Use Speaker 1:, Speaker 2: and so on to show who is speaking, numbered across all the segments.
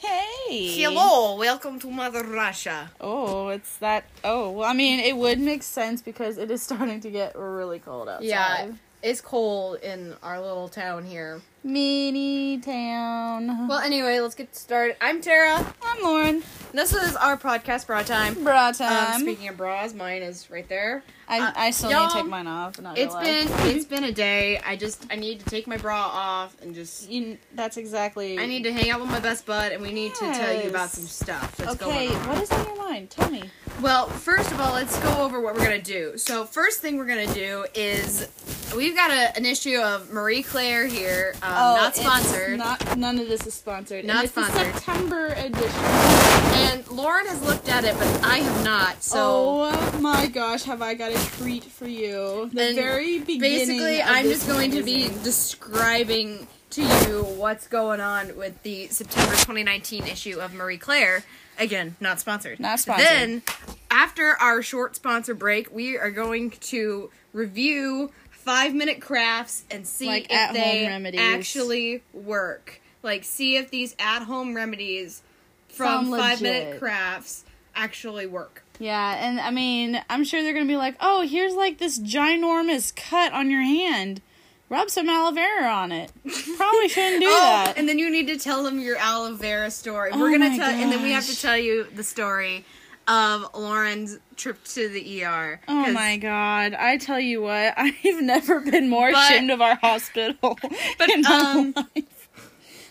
Speaker 1: Hey.
Speaker 2: Hello, welcome to Mother Russia.
Speaker 1: Oh, it's that. Oh, well, I mean, it would make sense because it is starting to get really cold outside.
Speaker 2: Yeah, it's cold in our little town here.
Speaker 1: Mini town.
Speaker 2: Well, anyway, let's get started. I'm Tara.
Speaker 1: I'm Lauren.
Speaker 2: This is our podcast, Bra Time.
Speaker 1: Bra
Speaker 2: Um,
Speaker 1: time.
Speaker 2: speaking of bras, mine is right there.
Speaker 1: I,
Speaker 2: uh,
Speaker 1: I still need
Speaker 2: y'all,
Speaker 1: to take mine off. Not
Speaker 2: It's
Speaker 1: gonna lie.
Speaker 2: been it's been a day. I just I need to take my bra off and just
Speaker 1: You, that's exactly.
Speaker 2: I need to hang out with my best bud and we need to tell you about some stuff that's
Speaker 1: Okay,
Speaker 2: going on.
Speaker 1: what is on your mind? Tell
Speaker 2: Um,
Speaker 1: me.
Speaker 2: Well, first of all, let's go over what we're gonna do. So, first thing we're gonna do is we've got a, an issue of Marie Claire here, um, not
Speaker 1: Oh, it's
Speaker 2: sponsored,
Speaker 1: Not none of this is sponsored.
Speaker 2: Not
Speaker 1: and it's the
Speaker 2: sponsored.
Speaker 1: September edition.
Speaker 2: and Lauren has looked at it, but I have not. So,
Speaker 1: oh my gosh, have I got a treat for you? The
Speaker 2: And
Speaker 1: very beginning.
Speaker 2: basically,
Speaker 1: of
Speaker 2: I'm
Speaker 1: this
Speaker 2: just going to be
Speaker 1: magazine.
Speaker 2: describing to you what's going on with the September 2019 issue of Marie Claire. Again, not sponsored.
Speaker 1: Not sponsored.
Speaker 2: Then, after our short sponsor break, we are going to review five minute crafts and see
Speaker 1: Like
Speaker 2: if
Speaker 1: at-home
Speaker 2: they
Speaker 1: remedies.
Speaker 2: actually work. Like, see if these at home remedies from
Speaker 1: Sound
Speaker 2: five minute
Speaker 1: legit.
Speaker 2: crafts actually work.
Speaker 1: Yeah, and I mean, I'm sure they're gonna be like, "Oh, here's like this ginormous cut on your hand. Rub some aloe vera on it." Probably shouldn't do that.
Speaker 2: Oh, And then you need to tell them your aloe vera story.
Speaker 1: Oh
Speaker 2: We're gonna
Speaker 1: my
Speaker 2: tell, and then we have to
Speaker 1: gosh.
Speaker 2: tell you the story of Lauren's trip to the ER.
Speaker 1: Oh
Speaker 2: 'Cause
Speaker 1: my god! I tell you what, I've never been more
Speaker 2: But-
Speaker 1: ashamed of our hospital. But
Speaker 2: um,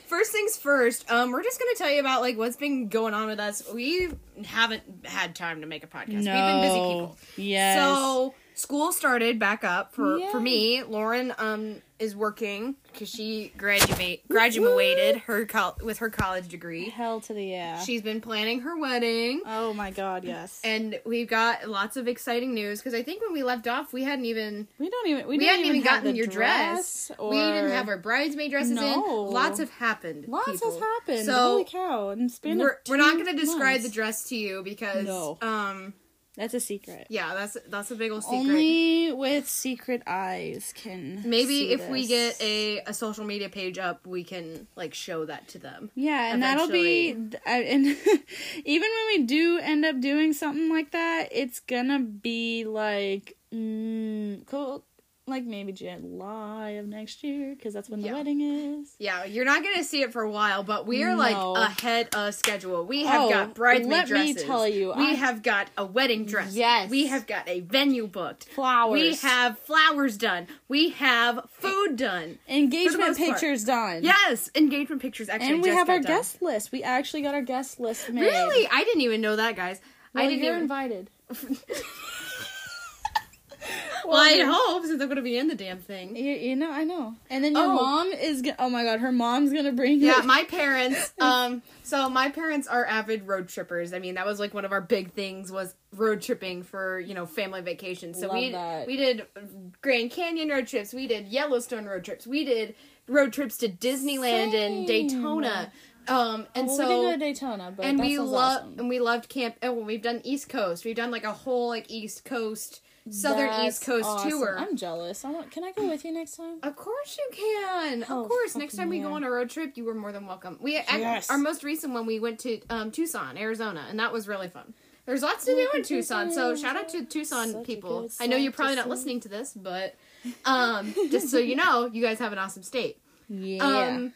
Speaker 2: First things first, um, we're just gonna tell you about like what's been going on with us. We haven't had time to make a podcast. We've been busy people.
Speaker 1: Yes.
Speaker 2: So school started back up for for
Speaker 1: Yay.
Speaker 2: me. Lauren um is working because she graduate graduated her col- with her college degree.
Speaker 1: hell to the yeah.
Speaker 2: She's been planning her wedding.
Speaker 1: oh my god! Yes.
Speaker 2: and we've got lots of exciting news because I think when we left off, we hadn't even
Speaker 1: we don't even. We,
Speaker 2: we,
Speaker 1: didn't
Speaker 2: hadn't even
Speaker 1: even have
Speaker 2: gotten
Speaker 1: the
Speaker 2: your dress.
Speaker 1: Or...
Speaker 2: We didn't have our bridesmaid dresses
Speaker 1: No.
Speaker 2: in. Lots have happened.
Speaker 1: Lots
Speaker 2: people.
Speaker 1: has happened.
Speaker 2: So
Speaker 1: Holy cow! In the span
Speaker 2: we're
Speaker 1: of
Speaker 2: we're not
Speaker 1: two
Speaker 2: going to describe the
Speaker 1: months.
Speaker 2: dress to you because
Speaker 1: No.
Speaker 2: um
Speaker 1: That's a secret.
Speaker 2: yeah that's that's a big old secret.
Speaker 1: Only with secret eyes can.
Speaker 2: Maybe
Speaker 1: see
Speaker 2: if we
Speaker 1: this.
Speaker 2: get a, a social media page up, we can like show that to them.
Speaker 1: Yeah, and that'll be. I, and even when we do end up doing something like that, it's gonna be like mm, cool, like maybe July of next year because that's when the
Speaker 2: Yeah.
Speaker 1: wedding is.
Speaker 2: Yeah, you're not gonna see it for a while, but we are like
Speaker 1: No.
Speaker 2: ahead of schedule. We have
Speaker 1: Oh,
Speaker 2: got bridesmaid
Speaker 1: let me
Speaker 2: dresses.
Speaker 1: tell you,
Speaker 2: we
Speaker 1: I-
Speaker 2: have got a wedding dress.
Speaker 1: Yes.
Speaker 2: we have got a venue booked.
Speaker 1: Flowers.
Speaker 2: We have flowers done. We have food done.
Speaker 1: engagement
Speaker 2: most part.
Speaker 1: pictures done.
Speaker 2: Yes, engagement pictures. Actually,
Speaker 1: and we
Speaker 2: just
Speaker 1: have
Speaker 2: got
Speaker 1: our
Speaker 2: done.
Speaker 1: guest list. We actually got our guest list made.
Speaker 2: Really, I didn't even know that, guys.
Speaker 1: Well,
Speaker 2: I didn't
Speaker 1: you're
Speaker 2: even.
Speaker 1: invited.
Speaker 2: well, I hope since I'm gonna be in the damn thing.
Speaker 1: You, you know, I know. And then your
Speaker 2: Oh.
Speaker 1: mom is. Go- oh my god, her mom's gonna bring.
Speaker 2: Yeah,
Speaker 1: her-
Speaker 2: my parents. Um, so my parents are avid road trippers. I mean, that was like one of our big things was road tripping for you know family vacations. So
Speaker 1: Love
Speaker 2: we
Speaker 1: that.
Speaker 2: we did Grand Canyon road trips. We did Yellowstone road trips. We did road trips to Disneyland
Speaker 1: Same.
Speaker 2: and Daytona. Um, and
Speaker 1: Well,
Speaker 2: so
Speaker 1: we didn't go to Daytona, but
Speaker 2: and
Speaker 1: that
Speaker 2: we
Speaker 1: sounds
Speaker 2: love
Speaker 1: awesome.
Speaker 2: and we loved camp and well, we've done east coast we've done like a whole like east coast southern east
Speaker 1: That's
Speaker 2: coast
Speaker 1: awesome.
Speaker 2: tour Um,
Speaker 1: I'm jealous. I want. Can I go with you next time?
Speaker 2: of course you can of
Speaker 1: Oh,
Speaker 2: course next
Speaker 1: fucking
Speaker 2: time we go
Speaker 1: yeah.
Speaker 2: on a road trip you were more than welcome we ac-
Speaker 1: Yes.
Speaker 2: our most recent one we went to um, tucson arizona and that was really fun there's lots to do in tucson so shout out to tucson
Speaker 1: Such a
Speaker 2: people
Speaker 1: good
Speaker 2: i know you're
Speaker 1: sight
Speaker 2: probably
Speaker 1: to
Speaker 2: not
Speaker 1: see.
Speaker 2: listening to this but um, just so you know you guys have an awesome state
Speaker 1: Yeah.
Speaker 2: um,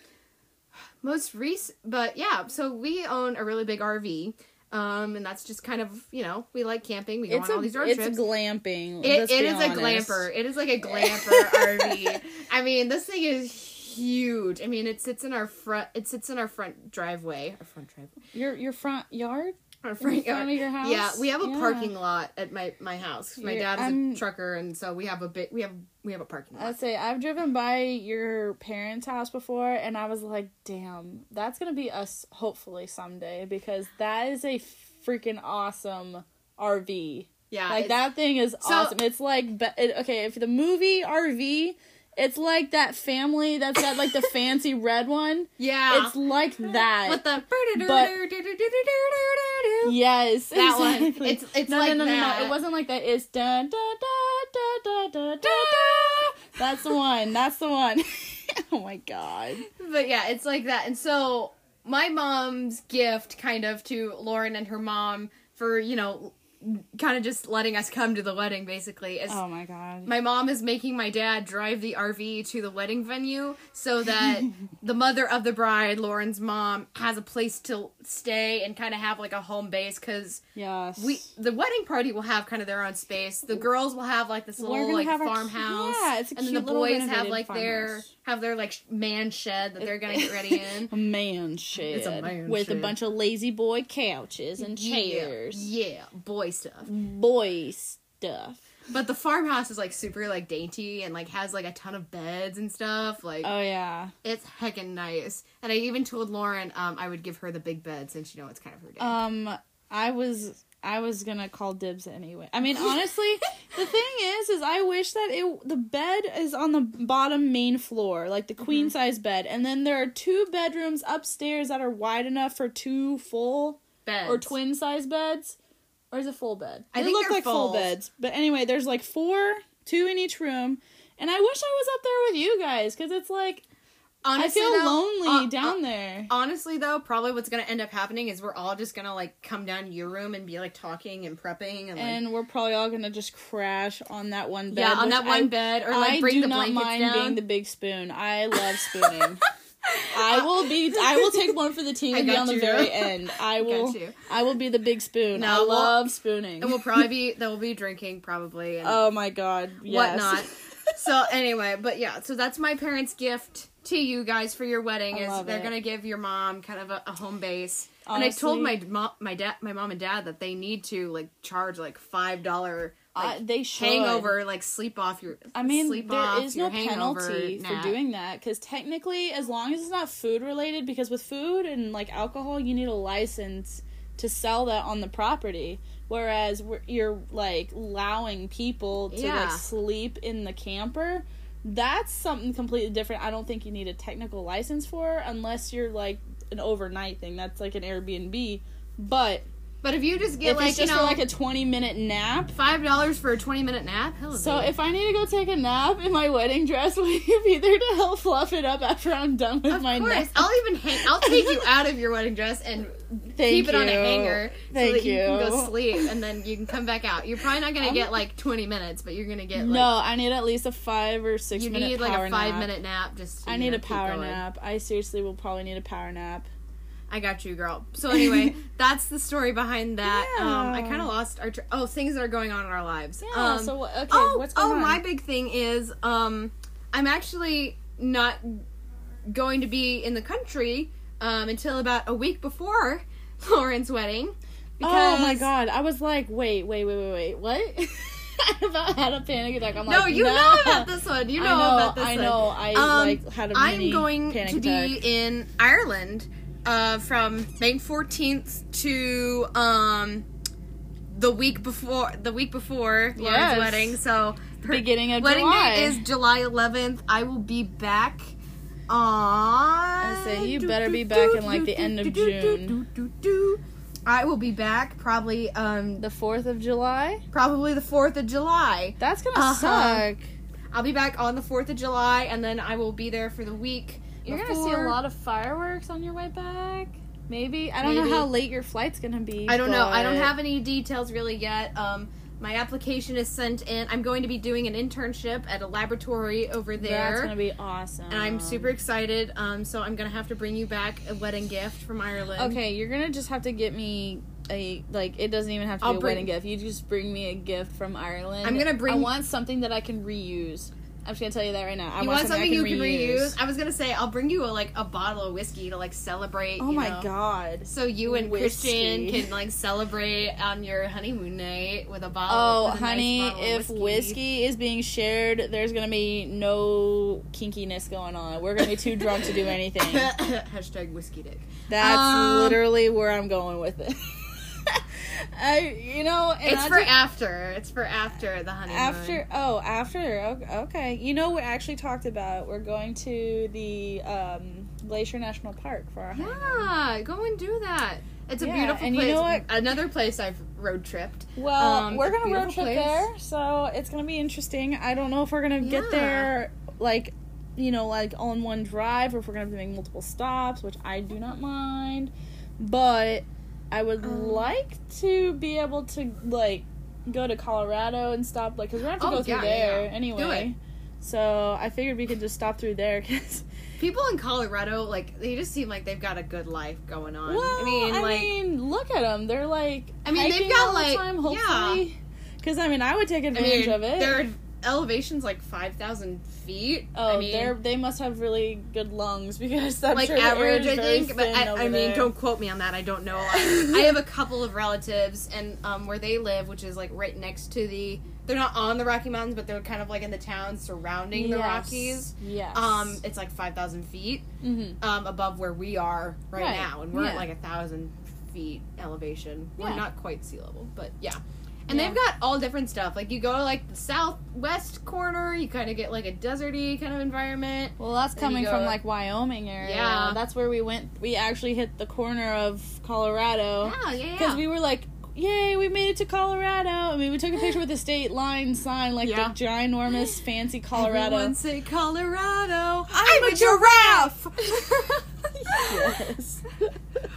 Speaker 2: most recent, but yeah. So we own a really big RV, um, and that's just kind of you know we like camping. We go
Speaker 1: it's
Speaker 2: on
Speaker 1: a
Speaker 2: all these road
Speaker 1: it's
Speaker 2: trips.
Speaker 1: glamping.
Speaker 2: It-
Speaker 1: let's
Speaker 2: it
Speaker 1: be
Speaker 2: is a
Speaker 1: honest.
Speaker 2: glamper. It is like a glamper RV. I mean, this thing is huge. I mean, it sits in our front. It sits in our front driveway. Our front driveway.
Speaker 1: Your your front yard.
Speaker 2: Our front
Speaker 1: front
Speaker 2: yard.
Speaker 1: of your house?
Speaker 2: Yeah, we have a
Speaker 1: Yeah.
Speaker 2: parking lot at my my house. My
Speaker 1: You're-
Speaker 2: dad is a
Speaker 1: I'm-
Speaker 2: trucker, and so we have a bit. We have we have a parking lot.
Speaker 1: I say I've driven by your parents' house before, and I was like, "Damn, that's gonna be us hopefully someday because that is a freaking awesome RV.
Speaker 2: yeah,
Speaker 1: Like
Speaker 2: it's-
Speaker 1: that thing is
Speaker 2: So-
Speaker 1: awesome. It's like, but it, okay, if the movie RV, it's like that family that's got like the fancy red one.
Speaker 2: Yeah,
Speaker 1: It's like that.
Speaker 2: with the
Speaker 1: Yes,
Speaker 2: That one.
Speaker 1: exactly.
Speaker 2: It's- it's
Speaker 1: no,
Speaker 2: like
Speaker 1: no, no, no,
Speaker 2: that.
Speaker 1: no. It wasn't like that. It's dun da da da da da da. That's the one. That's the one. oh my god.
Speaker 2: but yeah, it's like that. And so my mom's gift kind of to Lauren and her mom for, you know, kind of just letting us come to the wedding basically is
Speaker 1: Oh my god.
Speaker 2: my mom is making my dad drive the RV to the wedding venue so that the mother of the bride, Lauren's mom, has a place to stay and kind of have like a home base cuz
Speaker 1: yes.
Speaker 2: we the wedding party will have kind of their own space. The girls will have like this
Speaker 1: We're
Speaker 2: little
Speaker 1: gonna
Speaker 2: like
Speaker 1: have our-
Speaker 2: farmhouse,
Speaker 1: yeah, it's a
Speaker 2: and then the
Speaker 1: cute little
Speaker 2: boys have
Speaker 1: renovated
Speaker 2: like their
Speaker 1: farmhouse.
Speaker 2: have their like sh- man shed that they're gonna get ready in.
Speaker 1: a man shed
Speaker 2: It's a man
Speaker 1: with
Speaker 2: shed.
Speaker 1: a bunch of lazy boy couches and
Speaker 2: Yeah,
Speaker 1: chairs,
Speaker 2: yeah, boy stuff.
Speaker 1: boy stuff.
Speaker 2: But the farmhouse is like super like dainty and like has like a ton of beds and stuff. Like
Speaker 1: Oh yeah.
Speaker 2: it's heckin' nice. And I even told Lauren um I would give her the big bed since you know it's kind of her day.
Speaker 1: Um, I was I was gonna call dibs anyway. I mean, honestly, the thing is, is I wish that it the bed is on the bottom main floor, like
Speaker 2: Mm-hmm.
Speaker 1: the queen size bed, and then there are two bedrooms upstairs that are wide enough for two full
Speaker 2: beds.
Speaker 1: or twin size beds, or is it full bed?
Speaker 2: I
Speaker 1: they
Speaker 2: think
Speaker 1: look
Speaker 2: they're
Speaker 1: like full
Speaker 2: fulls.
Speaker 1: beds, but anyway, there's like four, two in each room. And I wish I was up there with you guys because it's like I feel
Speaker 2: though,
Speaker 1: lonely
Speaker 2: uh,
Speaker 1: down
Speaker 2: uh,
Speaker 1: there.
Speaker 2: Honestly, though, probably what's gonna end up happening is we're all just gonna like come down to your room and be like talking and prepping and like
Speaker 1: and we're probably all gonna just crash on that one bed.
Speaker 2: yeah on
Speaker 1: which
Speaker 2: that
Speaker 1: I-
Speaker 2: one bed or like
Speaker 1: I
Speaker 2: bring
Speaker 1: do
Speaker 2: the
Speaker 1: not
Speaker 2: blankets
Speaker 1: mind
Speaker 2: down.
Speaker 1: being the big spoon. I love spooning. I will be. I will take one for the team
Speaker 2: I
Speaker 1: and be
Speaker 2: got
Speaker 1: on the
Speaker 2: you.
Speaker 1: very end. I will.
Speaker 2: you.
Speaker 1: I will be the big spoon.
Speaker 2: No,
Speaker 1: I
Speaker 2: we'll-
Speaker 1: love spooning.
Speaker 2: and we'll probably be they'll be drinking probably and
Speaker 1: oh my god! Yes.
Speaker 2: whatnot. so anyway, but yeah, so that's my parents' gift to you guys for your wedding
Speaker 1: I
Speaker 2: is
Speaker 1: love
Speaker 2: they're
Speaker 1: it.
Speaker 2: gonna give your mom kind of a, a home base. and I
Speaker 1: Honestly-
Speaker 2: told my d- mo- my dad my mom and dad that they need to like charge like five dollar
Speaker 1: I-
Speaker 2: like
Speaker 1: Uh, they should.
Speaker 2: hangover like sleep off your
Speaker 1: I mean,
Speaker 2: sleep
Speaker 1: there
Speaker 2: off
Speaker 1: is
Speaker 2: your
Speaker 1: no
Speaker 2: hangover
Speaker 1: penalty
Speaker 2: nap.
Speaker 1: for doing that because technically, as long as it's not food related, because with food and like alcohol, you need a license to sell that on the property. Whereas we're- you're like allowing people to
Speaker 2: Yeah.
Speaker 1: like sleep in the camper. That's something completely different. I don't think you need a technical license for unless you're like an overnight thing. That's like an Airbnb. But
Speaker 2: But if you just get
Speaker 1: if
Speaker 2: like
Speaker 1: it's just
Speaker 2: you
Speaker 1: for
Speaker 2: know
Speaker 1: like a 20 minute nap,
Speaker 2: five dollars for a twenty minute nap, hell
Speaker 1: so
Speaker 2: dude.
Speaker 1: if I need to go take a nap in my wedding dress, will you be there to help fluff it up after I'm done with
Speaker 2: of
Speaker 1: my
Speaker 2: course
Speaker 1: nap?
Speaker 2: I'll even hang I'll take you out of your wedding dress and
Speaker 1: Thank
Speaker 2: keep it on a
Speaker 1: you.
Speaker 2: hanger so
Speaker 1: Thank
Speaker 2: that you. can
Speaker 1: you.
Speaker 2: go sleep and then you can come back out. You're probably not gonna get like 20 minutes, but you're gonna get like
Speaker 1: no, I need at least a five or six
Speaker 2: you
Speaker 1: minute
Speaker 2: need like
Speaker 1: power
Speaker 2: a five
Speaker 1: nap.
Speaker 2: minute nap. Just to,
Speaker 1: I
Speaker 2: you
Speaker 1: need
Speaker 2: know,
Speaker 1: a
Speaker 2: keep
Speaker 1: power
Speaker 2: going.
Speaker 1: nap. I seriously will probably need a power nap.
Speaker 2: I got you, girl. So anyway, that's the story behind that. Um, I
Speaker 1: Yeah.
Speaker 2: kind of lost our tr oh things that are going on in our lives.
Speaker 1: Yeah.
Speaker 2: Um,
Speaker 1: so what- okay,
Speaker 2: oh,
Speaker 1: what's going
Speaker 2: oh,
Speaker 1: on?
Speaker 2: my big thing is um, I'm actually not going to be in the country um, until about a week before Lauren's wedding.
Speaker 1: oh my god! I was like, wait, wait, wait, wait, wait, what? I about had a panic attack. I'm
Speaker 2: No,
Speaker 1: like,
Speaker 2: you
Speaker 1: no.
Speaker 2: know about this one. You know,
Speaker 1: I know.
Speaker 2: about this
Speaker 1: I
Speaker 2: one.
Speaker 1: know. I
Speaker 2: Um,
Speaker 1: like had a
Speaker 2: I'm
Speaker 1: mini
Speaker 2: going
Speaker 1: panic
Speaker 2: to be
Speaker 1: attack.
Speaker 2: in Ireland uh, from May 14th to um, the week before the week before Lauren's
Speaker 1: Yes.
Speaker 2: wedding. So her
Speaker 1: Beginning of
Speaker 2: wedding
Speaker 1: July.
Speaker 2: day is July 11th. I will be back. On
Speaker 1: I say, you better be back in, like, the end of June.
Speaker 2: I will be back probably um
Speaker 1: the Fourth of July.
Speaker 2: probably the 4th of July.
Speaker 1: That's gonna
Speaker 2: Uh-huh.
Speaker 1: suck.
Speaker 2: I'll be back on the 4th of July and then I will be there for the week.
Speaker 1: You're gonna see
Speaker 2: before.
Speaker 1: a lot of fireworks on your way back. Maybe I don't
Speaker 2: Maybe.
Speaker 1: know how late your flight's gonna be.
Speaker 2: I don't know. I don't
Speaker 1: but-
Speaker 2: have any details really yet. Um my application is sent in. I'm going to be doing an internship at a laboratory over
Speaker 1: That's
Speaker 2: there.
Speaker 1: gonna be awesome.
Speaker 2: and I'm super excited. Um so I'm going to have to bring you back a wedding gift from Ireland.
Speaker 1: Okay, you're gonna just have to get me a like. It doesn't even have to
Speaker 2: I'll
Speaker 1: be a
Speaker 2: bring-
Speaker 1: wedding gift. You just bring me a gift from Ireland.
Speaker 2: I'm gonna bring-
Speaker 1: I want something that I can reuse. I'm just gonna tell you that right now. I
Speaker 2: You want something
Speaker 1: I
Speaker 2: you can reuse? I was gonna say I'll bring you a like a bottle of whiskey to like celebrate.
Speaker 1: Oh
Speaker 2: you
Speaker 1: my
Speaker 2: know.
Speaker 1: god.
Speaker 2: So you and
Speaker 1: Whiskey.
Speaker 2: Christian can like celebrate on your honeymoon night with a bottle.
Speaker 1: Oh,
Speaker 2: with a nice
Speaker 1: honey,
Speaker 2: bottle of
Speaker 1: if whiskey. is being shared, there's gonna be no kinkiness going on. We're gonna be too drunk to do anything.
Speaker 2: Hashtag whiskey dick.
Speaker 1: That's
Speaker 2: Um,
Speaker 1: literally where I'm going with it. I, you know, and
Speaker 2: it's
Speaker 1: I
Speaker 2: for
Speaker 1: just-
Speaker 2: after. It's for after the honeymoon.
Speaker 1: after. Oh, after. o- Okay, you know, we actually talked about we're going to the um, Glacier National Park for our honeymoon.
Speaker 2: Yeah, go and do that. It's a
Speaker 1: Yeah,
Speaker 2: beautiful
Speaker 1: and you
Speaker 2: place.
Speaker 1: know what?
Speaker 2: Another place I've road tripped.
Speaker 1: Well,
Speaker 2: Um,
Speaker 1: we're
Speaker 2: it's a
Speaker 1: gonna road
Speaker 2: beautiful
Speaker 1: trip
Speaker 2: place.
Speaker 1: there, so it's gonna be interesting. I don't know if we're gonna get
Speaker 2: Yeah.
Speaker 1: there like you know, like all in one drive, or if we're gonna have to make multiple stops, which I do not mind. But I would
Speaker 2: Um.
Speaker 1: like to be able to like go to Colorado and stop like because we're gonna have to
Speaker 2: Oh,
Speaker 1: go through
Speaker 2: yeah,
Speaker 1: there
Speaker 2: yeah. Do
Speaker 1: anyway. So I figured we could just stop through there because
Speaker 2: People in Colorado, like, they just seem like they've got a good life going on.
Speaker 1: well,
Speaker 2: I mean, like,
Speaker 1: look at them. They're like
Speaker 2: I mean, they've
Speaker 1: hiking
Speaker 2: got,
Speaker 1: all the
Speaker 2: like-
Speaker 1: time,
Speaker 2: yeah.
Speaker 1: hopefully. Because I mean, I would take
Speaker 2: I
Speaker 1: advantage
Speaker 2: mean,
Speaker 1: of it.
Speaker 2: their elevation's like five thousand feet.
Speaker 1: Oh,
Speaker 2: I mean,
Speaker 1: they're they must have really good lungs because that's
Speaker 2: like average, I think. But I, I mean, don't quote me on that. I don't know. a lot. I have a couple of relatives, and um, where they live, which is like right next to the. They're not on the Rocky Mountains, but they're kind of like in the town surrounding the Rockies.
Speaker 1: Yes.
Speaker 2: Um, it's like five thousand feet
Speaker 1: mm-hmm.
Speaker 2: um, above where we are right,
Speaker 1: Right.
Speaker 2: now, and we're at
Speaker 1: Yeah.
Speaker 2: like a thousand feet elevation.
Speaker 1: Yeah.
Speaker 2: We're not quite sea level, but yeah. And
Speaker 1: Yeah.
Speaker 2: they've got all different stuff. Like you go to like the southwest corner, you kind of get like a deserty kind of environment.
Speaker 1: Well, that's
Speaker 2: There
Speaker 1: coming
Speaker 2: you
Speaker 1: from
Speaker 2: go.
Speaker 1: like Wyoming area.
Speaker 2: Yeah.
Speaker 1: That's where we went. We actually hit the corner of Colorado
Speaker 2: Yeah, yeah,
Speaker 1: because
Speaker 2: yeah.
Speaker 1: Oh. we were like, "Yay, we made it to Colorado!" I mean, we took a picture with the state line sign, like
Speaker 2: Yeah.
Speaker 1: the ginormous, fancy Colorado.
Speaker 2: Everyone say Colorado.
Speaker 1: I'm a giraffe. yes.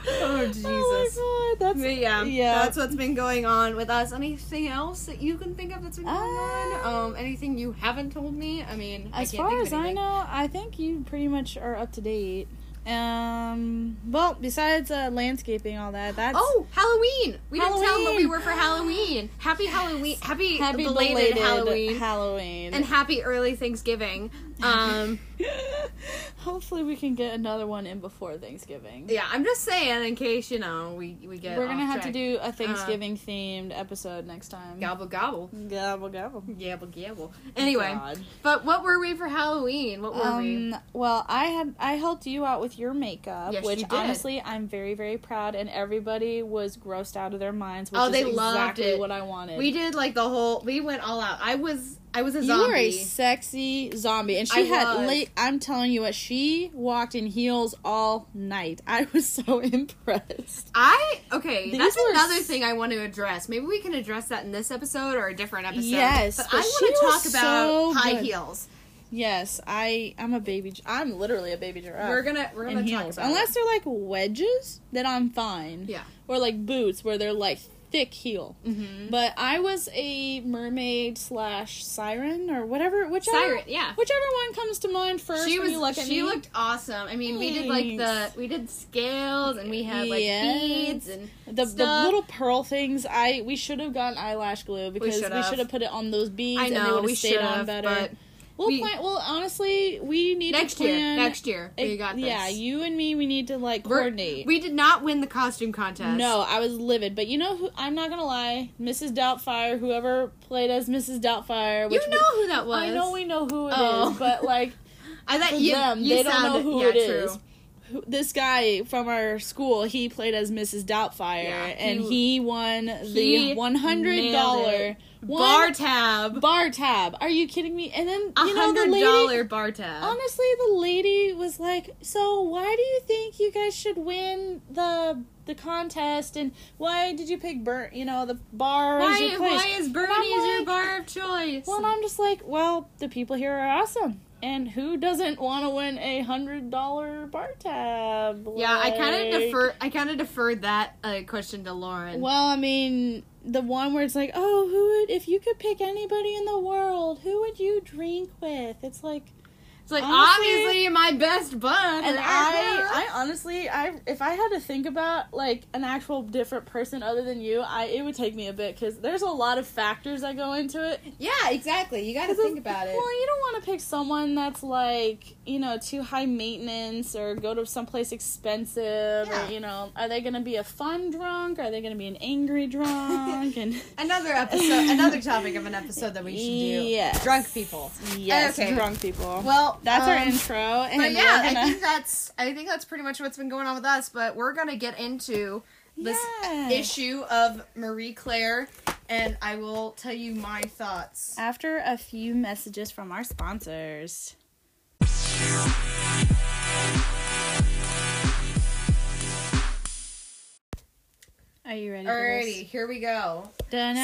Speaker 2: Oh, Jesus.
Speaker 1: Oh my god, that's
Speaker 2: But yeah,
Speaker 1: Yeah.
Speaker 2: that's what's been going on with us. Anything else that you can think of that's been going on?
Speaker 1: Um,
Speaker 2: Um, anything you haven't told me? I mean,
Speaker 1: As
Speaker 2: I can't
Speaker 1: far
Speaker 2: think
Speaker 1: as I
Speaker 2: of anything.
Speaker 1: know, I think you pretty much are up to date. Um, well, besides uh, landscaping, all that. That's
Speaker 2: Oh, Halloween! We didn't tell them what we
Speaker 1: Halloween.
Speaker 2: were for Halloween. Happy Halloween! Happy,
Speaker 1: happy
Speaker 2: belated, Halloween!
Speaker 1: Halloween.
Speaker 2: and happy early Thanksgiving. Um,
Speaker 1: Hopefully, we can get another one in before Thanksgiving.
Speaker 2: yeah, I'm just saying in case you know we we get
Speaker 1: We're gonna
Speaker 2: off
Speaker 1: have to do
Speaker 2: track. Uh,
Speaker 1: a Thanksgiving themed episode next time.
Speaker 2: gobble gobble
Speaker 1: gobble gobble.
Speaker 2: gabble gabble. Anyway,
Speaker 1: God.
Speaker 2: but what were we for Halloween? What were we?
Speaker 1: Um, well, I had I helped you out with your makeup,
Speaker 2: Yes,
Speaker 1: which
Speaker 2: you did.
Speaker 1: honestly I'm very very proud, and everybody was grossed out of their minds. Which
Speaker 2: Oh,
Speaker 1: is
Speaker 2: they
Speaker 1: exactly
Speaker 2: loved it.
Speaker 1: What I wanted.
Speaker 2: We did like the whole. We went all out. I was I was a
Speaker 1: Um, you
Speaker 2: zombie.
Speaker 1: were a sexy zombie, and she
Speaker 2: I
Speaker 1: had.
Speaker 2: was.
Speaker 1: Late, I'm telling you what, she walked in heels all night. I was so impressed.
Speaker 2: I okay.
Speaker 1: These
Speaker 2: that's
Speaker 1: were
Speaker 2: another
Speaker 1: s-
Speaker 2: thing I want to address. Maybe we can address that in this episode or a different episode.
Speaker 1: Yes,
Speaker 2: but,
Speaker 1: but
Speaker 2: I
Speaker 1: she
Speaker 2: want to talk
Speaker 1: was
Speaker 2: about
Speaker 1: so
Speaker 2: high
Speaker 1: good.
Speaker 2: heels.
Speaker 1: Yes, I. I'm a baby. gi- I'm literally a baby giraffe.
Speaker 2: We're gonna we're
Speaker 1: in
Speaker 2: gonna talk
Speaker 1: heels.
Speaker 2: about
Speaker 1: unless
Speaker 2: it.
Speaker 1: they're like wedges, then I'm fine.
Speaker 2: yeah.
Speaker 1: Or like boots, where they're like thick heel.
Speaker 2: Mm-hmm.
Speaker 1: But I was a mermaid slash siren or whatever, whichever
Speaker 2: Siren, yeah.
Speaker 1: whichever one comes to mind first.
Speaker 2: She
Speaker 1: when
Speaker 2: was.
Speaker 1: you look at
Speaker 2: she
Speaker 1: me.
Speaker 2: looked awesome. I mean, we did like the
Speaker 1: Thanks.
Speaker 2: we did scales and we had like
Speaker 1: Yes.
Speaker 2: beads and
Speaker 1: the, the
Speaker 2: stuff.
Speaker 1: little pearl things. I we should have gotten eyelash glue because we
Speaker 2: should've.
Speaker 1: should have put it on those beads
Speaker 2: I
Speaker 1: and they
Speaker 2: know
Speaker 1: would
Speaker 2: we
Speaker 1: have stayed
Speaker 2: should
Speaker 1: on
Speaker 2: have,
Speaker 1: better.
Speaker 2: but
Speaker 1: we'll
Speaker 2: we-
Speaker 1: plan. Well, honestly, we need
Speaker 2: next
Speaker 1: to
Speaker 2: year,
Speaker 1: plan.
Speaker 2: next year we
Speaker 1: It-
Speaker 2: got this.
Speaker 1: Yeah, you and me, we need to like
Speaker 2: We're-
Speaker 1: coordinate.
Speaker 2: We did not win the costume contest.
Speaker 1: No, I was livid. But you know who? I'm not gonna lie. Mrs. Doubtfire, whoever played as Mrs. Doubtfire, which
Speaker 2: you know who that was.
Speaker 1: I know we know who it is,
Speaker 2: Oh.
Speaker 1: but like
Speaker 2: I
Speaker 1: for
Speaker 2: thought you,
Speaker 1: them,
Speaker 2: you
Speaker 1: they don't know
Speaker 2: sounded-
Speaker 1: who
Speaker 2: yeah,
Speaker 1: it is.
Speaker 2: true.
Speaker 1: Who- This guy from our school, he played as Mrs. Doubtfire,
Speaker 2: Yeah,
Speaker 1: and
Speaker 2: he-
Speaker 1: he won the
Speaker 2: he
Speaker 1: one hundred dollar
Speaker 2: nailed Bar tab.
Speaker 1: bar tab. Are you kidding me? And then
Speaker 2: A
Speaker 1: you know the
Speaker 2: hundred
Speaker 1: lady. Oh
Speaker 2: dollar bar tab.
Speaker 1: Honestly, the lady was like, "So why do you think you guys should win the the contest? And why did you pick Bert? You know the bar as
Speaker 2: why,
Speaker 1: your place?
Speaker 2: why is Bernie's your
Speaker 1: like-
Speaker 2: bar of choice?
Speaker 1: Well, and I'm just like, well, the people here are awesome. And who doesn't want to win a hundred dollar bar tab?
Speaker 2: yeah, I kind of
Speaker 1: Like-
Speaker 2: defer. I kind of deferred that uh, question to Lauren.
Speaker 1: Well, I mean, the one where it's like, oh, who would if you could pick anybody in the world, who would you drink with? It's like,
Speaker 2: it's like
Speaker 1: honestly-
Speaker 2: obviously my best bud.
Speaker 1: and I, I honestly, I if I had to think about like an actual different person other than you, I it would take me a bit because there's a lot of factors that go into it.
Speaker 2: yeah, exactly. You got to
Speaker 1: Because it's- Well, you don't want to pick someone that's like, you know, too high maintenance or go to someplace expensive
Speaker 2: Yeah.
Speaker 1: or, you know, are they going to be a fun drunk? Are they going to be an angry drunk? and
Speaker 2: Another episode, another topic of an episode that we should do.
Speaker 1: Yes.
Speaker 2: Drunk people.
Speaker 1: yes,
Speaker 2: Okay.
Speaker 1: drunk people.
Speaker 2: Well,
Speaker 1: that's our
Speaker 2: um,
Speaker 1: intro. And
Speaker 2: But yeah,
Speaker 1: we're
Speaker 2: I
Speaker 1: gonna-
Speaker 2: think that's I think that's pretty much what's been going on with us. But we're gonna get into this
Speaker 1: Yes.
Speaker 2: issue of Marie Claire, and I will tell you my thoughts.
Speaker 1: After a few messages from our sponsors. I Are you ready?
Speaker 2: Alrighty, here we go.
Speaker 1: For this? Do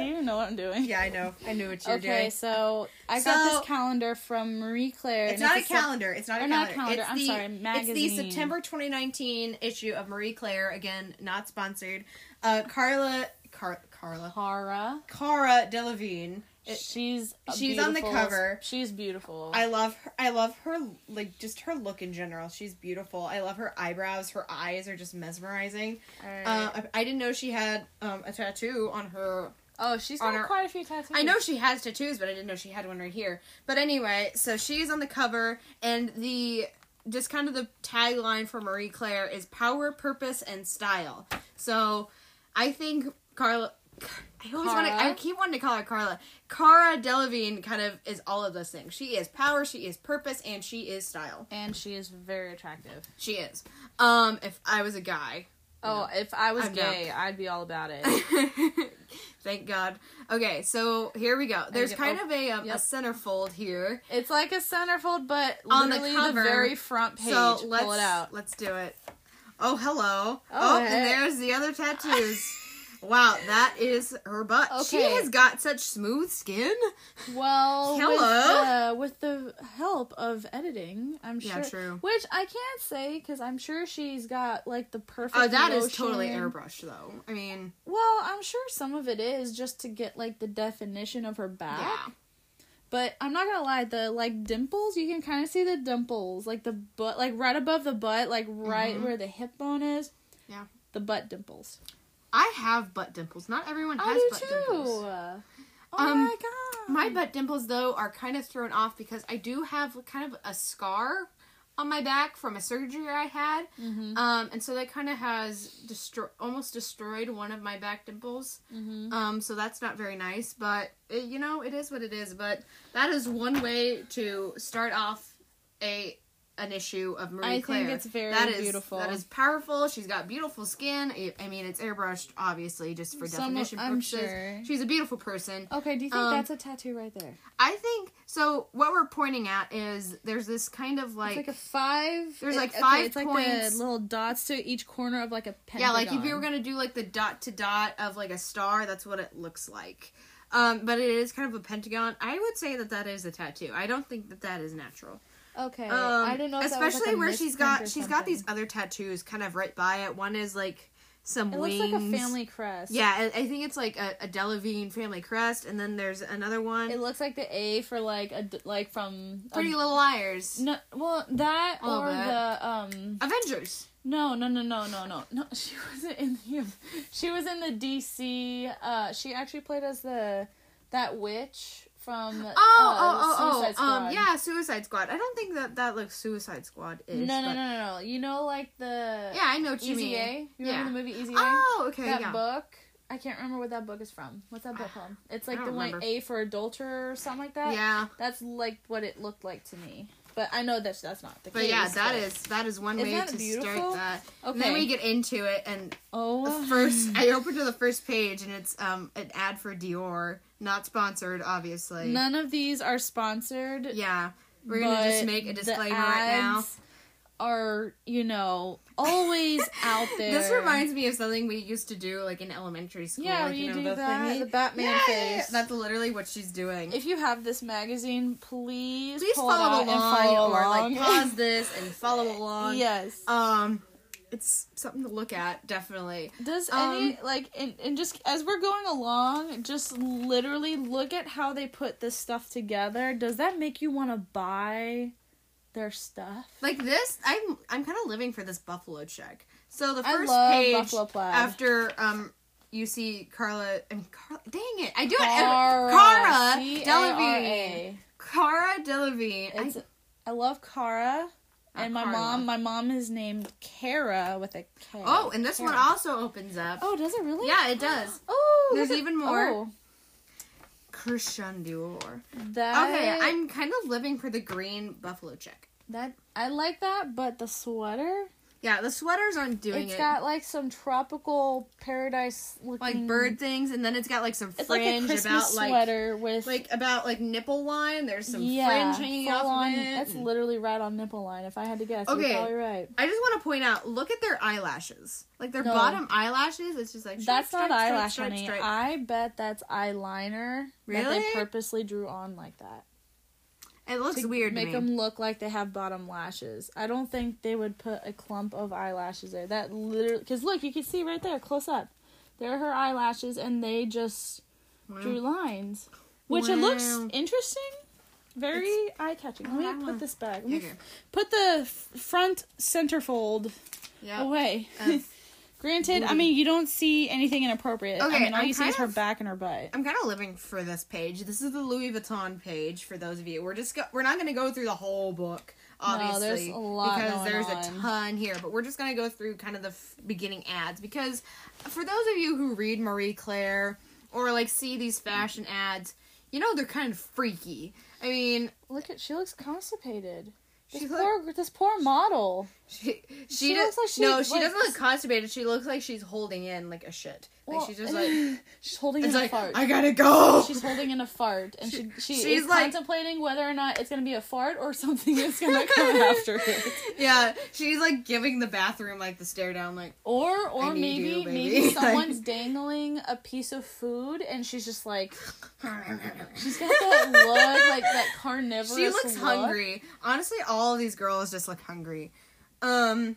Speaker 1: you know what I'm doing?
Speaker 2: Yeah, I know. I knew what you were
Speaker 1: Okay,
Speaker 2: doing.
Speaker 1: so I got
Speaker 2: So-
Speaker 1: this calendar from Marie Claire.
Speaker 2: It's
Speaker 1: and
Speaker 2: not a
Speaker 1: a sep-
Speaker 2: calendar. It's not a
Speaker 1: or not
Speaker 2: calendar.
Speaker 1: calendar,
Speaker 2: It's
Speaker 1: I'm
Speaker 2: the,
Speaker 1: sorry,
Speaker 2: It's
Speaker 1: magazine.
Speaker 2: the September 2019 issue of Marie Claire. Again, not sponsored. Uh, Carla, Car- Carla,
Speaker 1: Cara.
Speaker 2: Cara Delevingne. It-
Speaker 1: She's a
Speaker 2: she's on the
Speaker 1: beautiful-
Speaker 2: cover.
Speaker 1: She's beautiful.
Speaker 2: I love her. I love her. Like just her look in general. She's beautiful. I love her eyebrows. Her eyes are just mesmerizing.
Speaker 1: Alright.
Speaker 2: Uh, I, I didn't know she had um, a tattoo on her
Speaker 1: oh, she's
Speaker 2: on
Speaker 1: got
Speaker 2: her-
Speaker 1: quite a few tattoos.
Speaker 2: I know she has tattoos, but I didn't know she had one right here. But anyway, so she's on the cover, and the just kind of the tagline for Marie Claire is power, purpose, and style. So I think Carla. I always want to.
Speaker 1: Cara?
Speaker 2: I keep wanting to call her Carla. Cara Delevingne kind of is all of those things. She is power. She is purpose, and she is style.
Speaker 1: and she is very attractive.
Speaker 2: She is. Um, if I was a guy,
Speaker 1: Oh, if I was
Speaker 2: I'm
Speaker 1: gay, I'd be all about it.
Speaker 2: thank God. Okay, so here we go. There's
Speaker 1: get-
Speaker 2: kind
Speaker 1: oh,
Speaker 2: of a um,
Speaker 1: yep.
Speaker 2: a centerfold here.
Speaker 1: It's like a centerfold, but
Speaker 2: On the
Speaker 1: literally
Speaker 2: cover.
Speaker 1: very front page.
Speaker 2: So let's
Speaker 1: Pull it out.
Speaker 2: let's do it. Oh hello. Oh,
Speaker 1: hey.
Speaker 2: and there's the other tattoos. wow, that is her butt. She
Speaker 1: Okay.
Speaker 2: has got such smooth skin.
Speaker 1: Well,
Speaker 2: Hello?
Speaker 1: With, uh, with the help of editing, I'm sure.
Speaker 2: Yeah, true.
Speaker 1: Which I can't say because I'm sure she's got like the perfect.
Speaker 2: Oh, that is
Speaker 1: lotion.
Speaker 2: totally airbrushed though. I mean,
Speaker 1: Well, I'm sure some of it is just to get like the definition of her back.
Speaker 2: yeah.
Speaker 1: But I'm not gonna lie, the like dimples, you can kind of see the dimples, like the butt, like right above the butt, like right where the hip bone is.
Speaker 2: Mm-hmm. Yeah.
Speaker 1: The butt dimples.
Speaker 2: I have butt dimples. Not everyone has
Speaker 1: I do
Speaker 2: butt
Speaker 1: too.
Speaker 2: dimples.
Speaker 1: Oh
Speaker 2: Um,
Speaker 1: my god.
Speaker 2: My butt dimples though are kind of thrown off because I do have kind of a scar on my back from a surgery I had.
Speaker 1: Mhm.
Speaker 2: Um, and so that kind of has destroy almost destroyed one of my back dimples.
Speaker 1: Mhm.
Speaker 2: Um, so that's not very nice, but it, you know it is what it is. But that is one way to start off a an issue of Marie
Speaker 1: I think
Speaker 2: Claire.
Speaker 1: it's very
Speaker 2: That is-
Speaker 1: beautiful.
Speaker 2: That is powerful. She's got beautiful skin. I- I mean, it's airbrushed, obviously, just for
Speaker 1: Some-
Speaker 2: definition
Speaker 1: I'm
Speaker 2: purposes.
Speaker 1: sure.
Speaker 2: She's a beautiful person.
Speaker 1: Okay, do you think
Speaker 2: Um,
Speaker 1: that's a tattoo right there?
Speaker 2: I think so. What we're pointing at is there's this kind of like,
Speaker 1: it's like a five.
Speaker 2: There's,
Speaker 1: it-
Speaker 2: like,
Speaker 1: okay,
Speaker 2: five
Speaker 1: it's like
Speaker 2: points.
Speaker 1: the little dots to each corner of like a pentagon.
Speaker 2: yeah, like if you were gonna do like the dot to dot of like a star, that's what it looks like. Um, but it is kind of a pentagon. I would say that that is a tattoo. I don't think that that is natural.
Speaker 1: Okay,
Speaker 2: Um,
Speaker 1: I didn't know. If that was,
Speaker 2: especially
Speaker 1: like, a
Speaker 2: where she's
Speaker 1: misprint
Speaker 2: got
Speaker 1: or
Speaker 2: she's got these
Speaker 1: something.
Speaker 2: other tattoos kind of right by it. One is like some
Speaker 1: It
Speaker 2: wings.
Speaker 1: looks like a family crest.
Speaker 2: Yeah, I, I think it's like a, a Delavigne family crest, and then there's another one.
Speaker 1: It looks like the A for like a d- like from a-
Speaker 2: Pretty Little Liars,
Speaker 1: No, well that
Speaker 2: A little
Speaker 1: or
Speaker 2: bit.
Speaker 1: the um
Speaker 2: Avengers.
Speaker 1: no no no no no no no she wasn't in the she was in the DC uh she actually played as the that witch from uh,
Speaker 2: Oh, oh, oh,
Speaker 1: Suicide
Speaker 2: oh, um,
Speaker 1: Squad.
Speaker 2: yeah, Suicide Squad. I don't think that that looks Suicide Squad
Speaker 1: no
Speaker 2: is.
Speaker 1: no no no no you know like the
Speaker 2: Yeah, I know what you
Speaker 1: Easy
Speaker 2: mean.
Speaker 1: E A you remember
Speaker 2: Yeah.
Speaker 1: the movie Easy A
Speaker 2: Oh, okay,
Speaker 1: that
Speaker 2: yeah. Ah,
Speaker 1: book I can't remember what that book is from what's that book called it's like
Speaker 2: I
Speaker 1: the
Speaker 2: don't
Speaker 1: one
Speaker 2: remember.
Speaker 1: A for adulterer or something like that
Speaker 2: Yeah,
Speaker 1: that's like what it looked like to me but I know that's that's not the
Speaker 2: but
Speaker 1: case
Speaker 2: yeah, that
Speaker 1: but-
Speaker 2: is that is one
Speaker 1: Isn't
Speaker 2: way
Speaker 1: that
Speaker 2: to
Speaker 1: beautiful?
Speaker 2: start that.
Speaker 1: okay
Speaker 2: And then we get into it, and the
Speaker 1: oh
Speaker 2: first I opened to the first page, and it's um an ad for Dior, not sponsored, obviously.
Speaker 1: None of these are sponsored.
Speaker 2: Yeah, we're gonna just
Speaker 1: but
Speaker 2: make a
Speaker 1: the
Speaker 2: disclaimer right now.
Speaker 1: ads Are you know always out there?
Speaker 2: This reminds me of something we used to do like in elementary school.
Speaker 1: Yeah,
Speaker 2: like,
Speaker 1: we
Speaker 2: you know,
Speaker 1: do
Speaker 2: the
Speaker 1: that,
Speaker 2: thingy.
Speaker 1: the Batman
Speaker 2: Yeah, yeah, yeah.
Speaker 1: face.
Speaker 2: That's literally what she's doing.
Speaker 1: If you have this magazine, please
Speaker 2: Please
Speaker 1: pull it
Speaker 2: follow
Speaker 1: out
Speaker 2: along,
Speaker 1: and follow
Speaker 2: or
Speaker 1: along.
Speaker 2: like pause this and follow along.
Speaker 1: yes.
Speaker 2: Um, it's something to look at, definitely.
Speaker 1: Does
Speaker 2: Um,
Speaker 1: any like and, and just as we're going along, just literally look at how they put this stuff together. Does that make you want to buy their stuff?
Speaker 2: Like this, I'm I'm kind of living for this buffalo check. So the
Speaker 1: I
Speaker 2: first
Speaker 1: love
Speaker 2: page
Speaker 1: buffalo plaid.
Speaker 2: after um. You see Carla and Carla. Dang it! I do it.
Speaker 1: Cara,
Speaker 2: Cara Delevingne.
Speaker 1: C-A-R-A.
Speaker 2: Cara Delevingne. I-
Speaker 1: It's I love Cara.
Speaker 2: Not
Speaker 1: And my
Speaker 2: Carla.
Speaker 1: mom, my mom is named Kara with a K.
Speaker 2: oh, and this one
Speaker 1: Kara.
Speaker 2: also opens up.
Speaker 1: Oh, does it really?
Speaker 2: Yeah, it does.
Speaker 1: Oh,
Speaker 2: There's
Speaker 1: look at-
Speaker 2: even more.
Speaker 1: oh,
Speaker 2: Christian Dior.
Speaker 1: that
Speaker 2: Okay, I'm kind of living for the green buffalo check.
Speaker 1: that I like that, but the sweater.
Speaker 2: Yeah, the sweaters aren't doing
Speaker 1: It's
Speaker 2: it.
Speaker 1: got like some tropical paradise looking
Speaker 2: like bird things, and then it's got like some
Speaker 1: It's like a
Speaker 2: fringe
Speaker 1: Christmas
Speaker 2: about like
Speaker 1: sweater with
Speaker 2: like about like nipple line. There's some fringe hanging
Speaker 1: full
Speaker 2: off
Speaker 1: on-
Speaker 2: of it.
Speaker 1: That's literally right on nipple line. If I had to guess,
Speaker 2: Okay.
Speaker 1: you're probably right.
Speaker 2: I just want to point out. Look at their eyelashes. Like their
Speaker 1: No.
Speaker 2: bottom eyelashes. It's just like
Speaker 1: that's not
Speaker 2: stripe,
Speaker 1: uh,
Speaker 2: stripe,
Speaker 1: eyelash,
Speaker 2: stripe,
Speaker 1: honey.
Speaker 2: stripe.
Speaker 1: I bet that's eyeliner that
Speaker 2: Really?
Speaker 1: they purposely drew on like that.
Speaker 2: it looks
Speaker 1: to
Speaker 2: weird.
Speaker 1: Make
Speaker 2: to me.
Speaker 1: them look like they have bottom lashes. I don't think they would put a clump of eyelashes there. That literally, because look, you can see right there, close up. There are her eyelashes, and they just
Speaker 2: Wow.
Speaker 1: drew lines, which it looks
Speaker 2: Wow.
Speaker 1: interesting. Very eye catching. Let
Speaker 2: I
Speaker 1: me put
Speaker 2: want-
Speaker 1: this back. Let me
Speaker 2: Okay.
Speaker 1: Put the f- front centerfold
Speaker 2: Yeah.
Speaker 1: away.
Speaker 2: Uh,
Speaker 1: Granted, I mean you don't see anything inappropriate. I
Speaker 2: Okay,
Speaker 1: mean all
Speaker 2: I'm
Speaker 1: you see
Speaker 2: kind
Speaker 1: is her
Speaker 2: of-
Speaker 1: back and her butt.
Speaker 2: I'm kind of living for this page. This is the Louis Vuitton page for those of you. We're just go- we're not going to go through the whole book,
Speaker 1: No,
Speaker 2: obviously,
Speaker 1: there's a lot
Speaker 2: because
Speaker 1: going
Speaker 2: there's
Speaker 1: on.
Speaker 2: a ton here. But we're just going to go through kind of the f- beginning ads because for those of you who read Marie Claire or like see these fashion ads, you know they're kind of freaky. I mean,
Speaker 1: Look at she looks constipated. This
Speaker 2: She look-
Speaker 1: poor this poor model.
Speaker 2: she she,
Speaker 1: She
Speaker 2: does,
Speaker 1: looks like she-
Speaker 2: no, she
Speaker 1: like-
Speaker 2: doesn't look constipated. She looks like she's holding in like a shit. Like
Speaker 1: Well,
Speaker 2: she's just like
Speaker 1: she's holding in
Speaker 2: it's
Speaker 1: a
Speaker 2: like
Speaker 1: fart.
Speaker 2: I gotta go.
Speaker 1: She's holding in a fart, and she, she,
Speaker 2: she's
Speaker 1: is
Speaker 2: like-
Speaker 1: contemplating whether or not it's gonna be a fart or something is gonna come after it,
Speaker 2: yeah, she's like giving the bathroom like the stare down, like.
Speaker 1: or
Speaker 2: I
Speaker 1: or
Speaker 2: need
Speaker 1: maybe
Speaker 2: you, baby.
Speaker 1: maybe
Speaker 2: Like-
Speaker 1: someone's dangling a piece of food, and she's just like she's got that look like that carnivorous.
Speaker 2: she
Speaker 1: look.
Speaker 2: looks hungry. Honestly, all of these girls just look hungry. Um,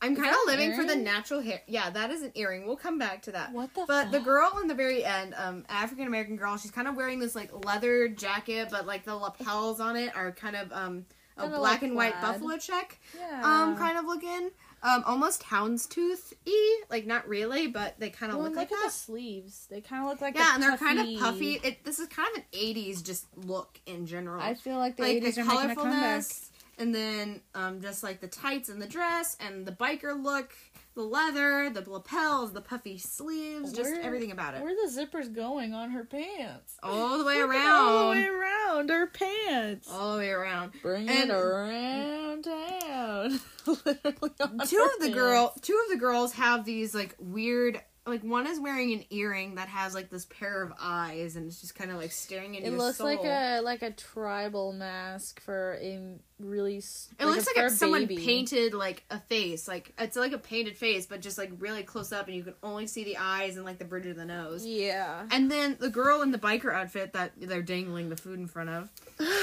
Speaker 2: I'm kind of
Speaker 1: that an
Speaker 2: living for the
Speaker 1: earring?
Speaker 2: natural hair. Yeah, that is an earring. We'll come back to that.
Speaker 1: What the
Speaker 2: But the
Speaker 1: fuck?
Speaker 2: girl in the very end, um, African American girl, she's kind of wearing this like leather jacket, but like the lapels on it are kind of um a
Speaker 1: Kinda
Speaker 2: black
Speaker 1: like
Speaker 2: and white
Speaker 1: plaid.
Speaker 2: buffalo check,
Speaker 1: Yeah.
Speaker 2: um, kind of looking. Um, almost houndstooth y, like not really, but they kind of
Speaker 1: Well,
Speaker 2: look
Speaker 1: look
Speaker 2: like
Speaker 1: at
Speaker 2: that.
Speaker 1: the sleeves. They kind of look like
Speaker 2: Yeah,
Speaker 1: a
Speaker 2: and they're kind
Speaker 1: puffy-
Speaker 2: of puffy. It, this is kind of an '80s just look in general
Speaker 1: I feel like the
Speaker 2: like
Speaker 1: 80s
Speaker 2: the
Speaker 1: are making a comeback.
Speaker 2: colorfulness, and then um, just like the tights and the dress and the biker look, the leather, the lapels, the puffy sleeves, just
Speaker 1: Where-
Speaker 2: everything about it,
Speaker 1: Where the zippers going on her pants?
Speaker 2: all the way
Speaker 1: Look at all the way
Speaker 2: around,
Speaker 1: around her pants.
Speaker 2: all the way around.
Speaker 1: Bring
Speaker 2: And-
Speaker 1: it around town. Literally on
Speaker 2: Two
Speaker 1: her
Speaker 2: of the girl, two of the girls have these like weird. Like one is wearing an earring that has like this pair of eyes, and it's just kind of like staring into
Speaker 1: pants. It
Speaker 2: your
Speaker 1: looks
Speaker 2: soul.
Speaker 1: like a like a tribal mask for a really. s-
Speaker 2: It looks like
Speaker 1: for
Speaker 2: if someone
Speaker 1: baby.
Speaker 2: painted like a face, like it's like a painted face, but just like really close up, and you can only see the eyes and like the bridge of the nose.
Speaker 1: Yeah.
Speaker 2: And then the girl in the biker outfit that they're dangling the food in front of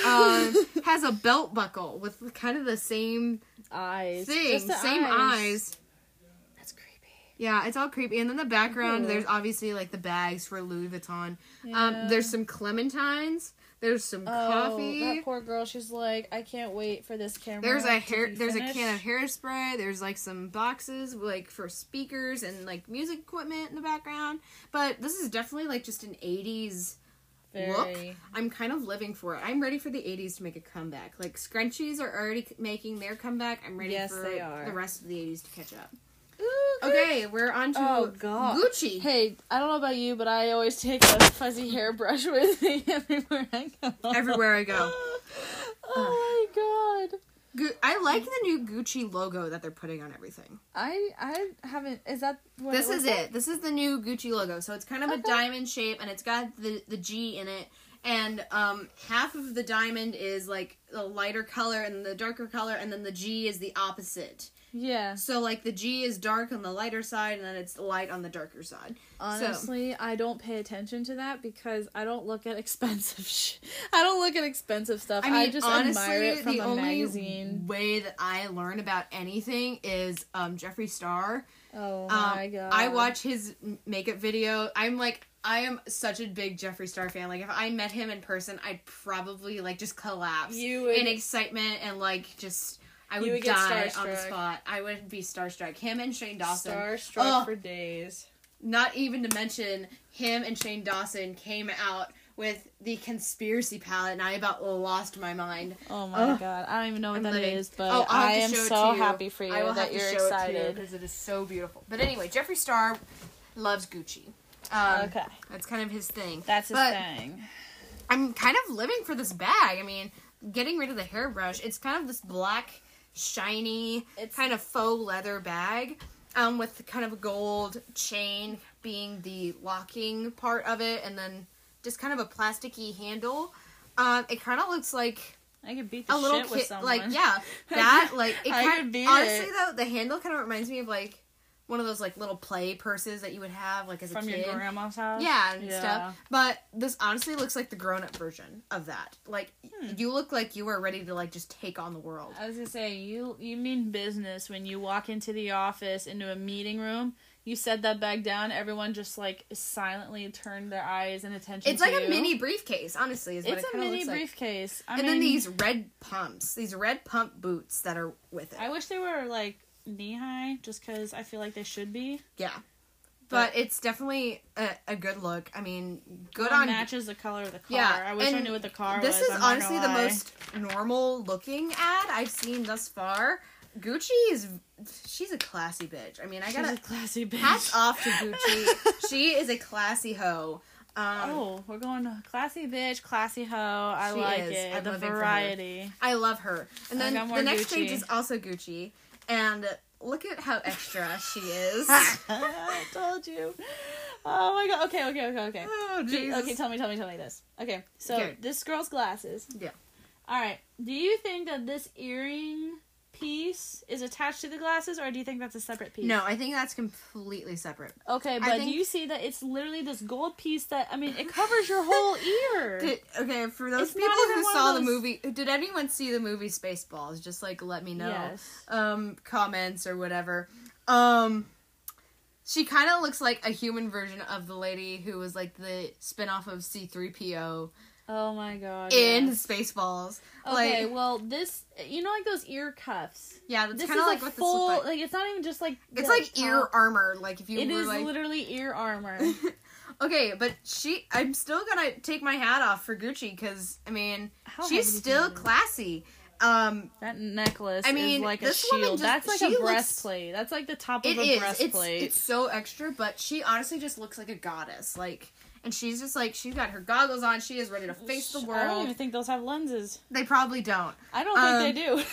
Speaker 2: um, has a belt buckle with kind of the same
Speaker 1: Eyes.
Speaker 2: thing,
Speaker 1: Just the
Speaker 2: same eyes.
Speaker 1: That's creepy.
Speaker 2: Yeah, it's all creepy. And then the background,
Speaker 1: Ooh.
Speaker 2: there's obviously like the bags for Louis Vuitton.
Speaker 1: Yeah.
Speaker 2: Um, there's some clementines. There's some
Speaker 1: Oh,
Speaker 2: coffee.
Speaker 1: that poor girl. She's like, I can't wait for this camera.
Speaker 2: There's a
Speaker 1: to
Speaker 2: hair.
Speaker 1: be
Speaker 2: There's a can
Speaker 1: finished."
Speaker 2: of hairspray. There's like some boxes like for speakers and like music equipment in the background. But this is definitely like just an '80s look.
Speaker 1: Very-
Speaker 2: I'm kind of living for it. I'm ready for the 80s to make a comeback. Like scrunchies are already c- making their comeback. I'm ready
Speaker 1: Yes,
Speaker 2: for
Speaker 1: they are.
Speaker 2: the rest of the 80s to catch up.
Speaker 1: Ooh,
Speaker 2: Okay, we're on to
Speaker 1: Oh, God.
Speaker 2: Gucci.
Speaker 1: Hey, I don't know about you, but I always take a fuzzy hairbrush with me everywhere I go.
Speaker 2: Everywhere I go.
Speaker 1: oh my god.
Speaker 2: Gu- I like the new Gucci logo that they're putting on everything.
Speaker 1: I I haven't. Is that what
Speaker 2: This
Speaker 1: was
Speaker 2: is it. This is the new Gucci logo. So it's kind of a
Speaker 1: Okay.
Speaker 2: diamond shape and it's got the, the G in it. And um, half of the diamond is like the lighter color and the darker color, and then the G is the opposite.
Speaker 1: Yeah.
Speaker 2: So like the G is dark on the lighter side, and then it's light on the darker side.
Speaker 1: Honestly, I don't pay attention to that because I don't look at expensive. Sh- I don't look at expensive stuff. I,
Speaker 2: I mean,
Speaker 1: just
Speaker 2: honestly,
Speaker 1: admire it from
Speaker 2: the
Speaker 1: a
Speaker 2: only
Speaker 1: magazine.
Speaker 2: way that I learn about anything is um, Jeffree Star.
Speaker 1: Oh
Speaker 2: Um,
Speaker 1: my god.
Speaker 2: I watch his m- makeup video. I'm like, I am such a big Jeffree Star fan. Like, if I met him in person, I'd probably like just collapse
Speaker 1: You would-
Speaker 2: in excitement and like just. I
Speaker 1: You
Speaker 2: would,
Speaker 1: would get
Speaker 2: die on the
Speaker 1: starstruck.
Speaker 2: spot. I would be starstruck. Him and Shane Dawson.
Speaker 1: Starstruck
Speaker 2: Ugh.
Speaker 1: for days.
Speaker 2: Not even to mention him and Shane Dawson came out with the conspiracy palette, and I about lost my mind.
Speaker 1: Oh my
Speaker 2: Ugh.
Speaker 1: god. I don't even know what
Speaker 2: I'm
Speaker 1: that is,
Speaker 2: living.
Speaker 1: but
Speaker 2: Oh, I'll
Speaker 1: I
Speaker 2: have
Speaker 1: am
Speaker 2: to show it
Speaker 1: so
Speaker 2: to you.
Speaker 1: happy for you
Speaker 2: I will
Speaker 1: that
Speaker 2: have
Speaker 1: you're
Speaker 2: to show
Speaker 1: excited.
Speaker 2: because it is so beautiful. But anyway, Jeffree Star loves Gucci. Um,
Speaker 1: Okay.
Speaker 2: that's kind of his thing.
Speaker 1: That's his
Speaker 2: but
Speaker 1: thing.
Speaker 2: I'm kind of living for this bag. I mean, getting rid of the hairbrush. It's kind of this black shiny
Speaker 1: It's-
Speaker 2: kind of faux leather bag um, with the kind of a gold chain being the locking part of it and then just kind of a plasticky handle. Um, it kind of looks like
Speaker 1: I could beat the
Speaker 2: a little
Speaker 1: shit with
Speaker 2: kid,
Speaker 1: someone.
Speaker 2: like yeah, that like it
Speaker 1: I
Speaker 2: kind
Speaker 1: could
Speaker 2: of
Speaker 1: beat
Speaker 2: honestly
Speaker 1: it.
Speaker 2: though the handle kind of reminds me of like one of those like little play purses that you would have like as a
Speaker 1: from
Speaker 2: kid.
Speaker 1: your grandma's house.
Speaker 2: Yeah, and stuff. But this honestly looks like the grown up version of that. Like
Speaker 1: Hmm.
Speaker 2: you look like you are ready to like just take on the world.
Speaker 1: I was gonna say you you mean business when you walk into the office into a meeting room. You set that bag down. Everyone just like silently turned their eyes and attention.
Speaker 2: It's
Speaker 1: to
Speaker 2: like a
Speaker 1: you.
Speaker 2: mini briefcase, honestly, is what
Speaker 1: It's
Speaker 2: it
Speaker 1: a
Speaker 2: kind of
Speaker 1: mini
Speaker 2: looks like.
Speaker 1: briefcase. I
Speaker 2: and
Speaker 1: mean,
Speaker 2: then these red pumps, these red pump boots that are with it.
Speaker 1: I wish they were like knee high, just because I feel like they should be.
Speaker 2: yeah. But,
Speaker 1: But-
Speaker 2: it's definitely a, a good look. I mean, good
Speaker 1: One
Speaker 2: on
Speaker 1: matches the color of the car.
Speaker 2: Yeah,
Speaker 1: I wish I
Speaker 2: and
Speaker 1: knew what the car
Speaker 2: This
Speaker 1: was.
Speaker 2: is
Speaker 1: I'm not
Speaker 2: honestly
Speaker 1: gonna
Speaker 2: the
Speaker 1: lie.
Speaker 2: most normal looking ad I've seen thus far. Gucci is she's a classy bitch. I mean, I
Speaker 1: She's
Speaker 2: gotta
Speaker 1: a classy bitch.
Speaker 2: hats off to Gucci. she is a classy hoe. Um,
Speaker 1: Oh, we're going to classy bitch, classy hoe. I
Speaker 2: She
Speaker 1: like
Speaker 2: is.
Speaker 1: it.
Speaker 2: I'm
Speaker 1: the
Speaker 2: living for her.
Speaker 1: variety.
Speaker 2: I love her. And
Speaker 1: I
Speaker 2: then
Speaker 1: got more
Speaker 2: the next
Speaker 1: Gucci.
Speaker 2: page is also Gucci, and look at how extra she is.
Speaker 1: I told you. Oh my god. Okay, okay, okay, okay.
Speaker 2: oh
Speaker 1: Do- Okay, tell me, tell me, tell me this. Okay, so
Speaker 2: Okay.
Speaker 1: this girl's glasses.
Speaker 2: Yeah.
Speaker 1: All right. Do you think that this earring piece is attached to the glasses, or do you think that's a separate piece?
Speaker 2: No, I think that's completely separate.
Speaker 1: Okay, but
Speaker 2: think-
Speaker 1: do you see that it's literally this gold piece that I mean, it covers your whole ear.
Speaker 2: Did, okay, for those
Speaker 1: It's not
Speaker 2: people
Speaker 1: even
Speaker 2: who
Speaker 1: one of
Speaker 2: saw the
Speaker 1: those-
Speaker 2: movie, did anyone see the movie Spaceballs? Just like let me know.
Speaker 1: Yes.
Speaker 2: um comments or whatever. Um she kind of looks like a human version of the lady who was like the spin-off of C3PO
Speaker 1: Oh my god.
Speaker 2: in
Speaker 1: yes.
Speaker 2: Spaceballs.
Speaker 1: Okay,
Speaker 2: like
Speaker 1: well, this you know like those ear cuffs.
Speaker 2: yeah, that's
Speaker 1: This
Speaker 2: kind
Speaker 1: is
Speaker 2: of like,
Speaker 1: like,
Speaker 2: what
Speaker 1: full
Speaker 2: this
Speaker 1: like.
Speaker 2: looks like.
Speaker 1: it's not even just like
Speaker 2: It's
Speaker 1: the
Speaker 2: like ear
Speaker 1: top.
Speaker 2: armor like if you
Speaker 1: It
Speaker 2: were
Speaker 1: is
Speaker 2: like
Speaker 1: literally ear armor.
Speaker 2: Okay, but she I'm still going to take my hat off for Gucci cuz I mean,
Speaker 1: How
Speaker 2: she's
Speaker 1: heavy is
Speaker 2: still
Speaker 1: it?
Speaker 2: classy. Um
Speaker 1: that necklace
Speaker 2: I
Speaker 1: I
Speaker 2: mean,
Speaker 1: mean, is like a
Speaker 2: this woman
Speaker 1: shield.
Speaker 2: just-
Speaker 1: That's like
Speaker 2: she
Speaker 1: a
Speaker 2: looks-
Speaker 1: breastplate. That's like the top of
Speaker 2: It
Speaker 1: a
Speaker 2: is. It's,
Speaker 1: breastplate.
Speaker 2: it's so extra, but she honestly just looks like a goddess. Like, and she's just like she's got her goggles on. She is ready to face the
Speaker 1: I don't
Speaker 2: world.
Speaker 1: even think those have lenses.
Speaker 2: They probably don't.
Speaker 1: I don't think they do.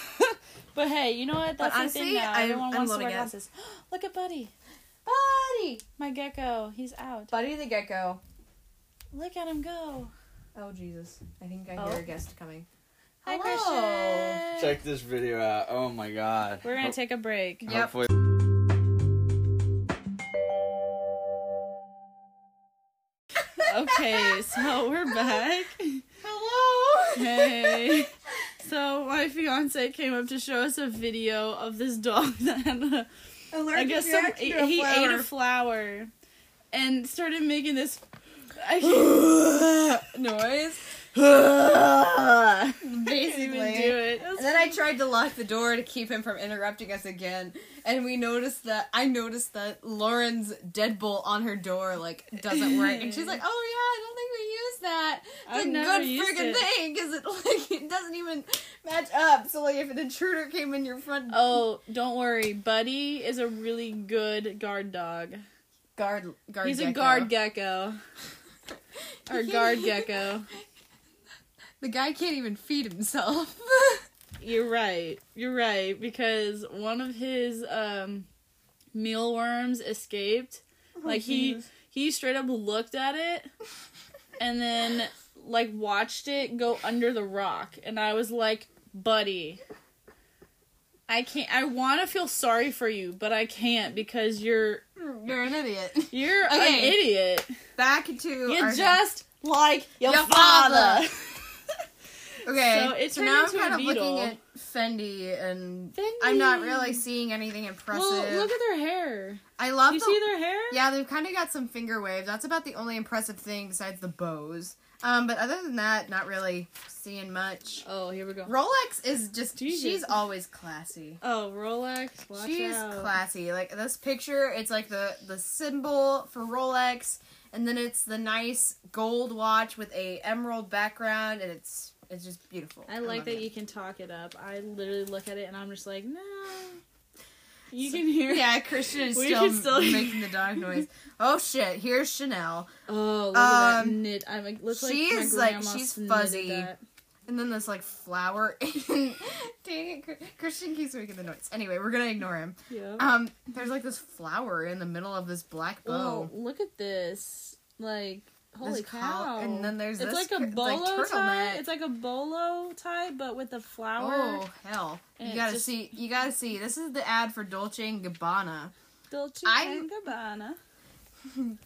Speaker 1: but hey, you know what?
Speaker 2: Um, But
Speaker 1: That's the
Speaker 2: honestly,
Speaker 1: thing now.
Speaker 2: I'm-
Speaker 1: Everyone
Speaker 2: I'm
Speaker 1: wants to
Speaker 2: loving
Speaker 1: wear
Speaker 2: it.
Speaker 1: glasses. Look at Buddy,
Speaker 2: Buddy,
Speaker 1: my gecko. He's out.
Speaker 2: Buddy the gecko.
Speaker 1: Look at him go.
Speaker 2: Oh Jesus! I think I
Speaker 1: Oh.
Speaker 2: hear a guest coming.
Speaker 1: Hi,
Speaker 2: Hello.
Speaker 1: Christian.
Speaker 3: Check this video out. Oh my god.
Speaker 1: We're gonna take a break.
Speaker 2: Yep.
Speaker 3: Hopefully-
Speaker 1: okay, so we're back.
Speaker 2: Hello.
Speaker 1: Hey. So my fiance came up to show us a video of this dog that had a
Speaker 2: Allergic
Speaker 1: I guess some,
Speaker 2: reaction
Speaker 1: he,
Speaker 2: to a
Speaker 1: he ate a
Speaker 2: flower.
Speaker 1: flower and started making this I noise. I can't even do
Speaker 2: Basically.
Speaker 1: it.
Speaker 2: And then I tried to lock the door to keep him from interrupting us again, and we noticed that I noticed that Lauren's deadbolt on her door like doesn't work, and she's like, "Oh yeah, I
Speaker 1: I've
Speaker 2: don't think we
Speaker 1: never
Speaker 2: use that. It's
Speaker 1: used
Speaker 2: a good
Speaker 1: it."
Speaker 2: friggin' thing because it like it doesn't even match up. So like if an intruder came in your front
Speaker 1: Oh, don't worry. Buddy is a really good guard dog.
Speaker 2: guard guard,
Speaker 1: He's a
Speaker 2: gecko.
Speaker 1: guard gecko. Or guard gecko.
Speaker 2: The guy can't even feed himself.
Speaker 1: You're right. You're right because one of his um mealworms escaped. like he
Speaker 2: Oh, Jesus.
Speaker 1: he straight up looked at it and then like watched it go under the rock and I was like, "Buddy, I can't I want to feel sorry for you, but I can't because you're
Speaker 2: You're an idiot.
Speaker 1: you're an
Speaker 2: Okay.
Speaker 1: idiot.
Speaker 2: Back to
Speaker 1: You're
Speaker 2: our-
Speaker 1: just like your,
Speaker 2: Your
Speaker 1: father."
Speaker 2: father. Okay.
Speaker 1: So it
Speaker 2: so
Speaker 1: turned
Speaker 2: now
Speaker 1: into a
Speaker 2: I'm kind of
Speaker 1: beetle.
Speaker 2: looking at Fendi, and I'm not
Speaker 1: Fendi.
Speaker 2: really seeing anything impressive.
Speaker 1: Mm. well, look at their hair.
Speaker 2: I love
Speaker 1: You
Speaker 2: the.
Speaker 1: see their hair?
Speaker 2: yeah, they've kind of got some finger waves. That's about the only impressive thing besides the bows. Um, but other than that, not really seeing much.
Speaker 1: Oh, here we go.
Speaker 2: Rolex is just.
Speaker 1: Jesus.
Speaker 2: She's always classy.
Speaker 1: Oh, Rolex. Watch
Speaker 2: she's
Speaker 1: out.
Speaker 2: classy. Like this picture, it's like the the symbol for Rolex, and then it's the nice gold watch with a emerald background, and it's it's just beautiful.
Speaker 1: I like
Speaker 2: love
Speaker 1: that
Speaker 2: it.
Speaker 1: you can talk it up. I literally look at it and I'm just like, no. You can hear.
Speaker 2: Yeah, Christian is
Speaker 1: We
Speaker 2: still,
Speaker 1: can still-
Speaker 2: making the dog noise. Oh shit! Here's Chanel.
Speaker 1: Oh, look at that
Speaker 2: Um,
Speaker 1: knit. I'm like, looks like
Speaker 2: she
Speaker 1: my
Speaker 2: is, like,
Speaker 1: grandma
Speaker 2: she's
Speaker 1: knitted
Speaker 2: fuzzy.
Speaker 1: that.
Speaker 2: And then this like flower. Dang it, Chr- Christian keeps making the noise. Anyway, we're gonna ignore him.
Speaker 1: Yeah.
Speaker 2: Um, there's like this flower in the middle of this black bow.
Speaker 1: Well, look at this. Like, holy
Speaker 2: oh. cow-
Speaker 1: cow.
Speaker 2: and then there's
Speaker 1: it's
Speaker 2: this
Speaker 1: like a
Speaker 2: cur- like
Speaker 1: bolo tie.
Speaker 2: turtleneck.
Speaker 1: It's like a bolo tie, but with a flower.
Speaker 2: Oh hell!
Speaker 1: And
Speaker 2: you
Speaker 1: it
Speaker 2: gotta
Speaker 1: just-
Speaker 2: see. You gotta see. This is the ad for Dolce and Gabbana.
Speaker 1: Dolce
Speaker 2: I-
Speaker 1: and Gabbana.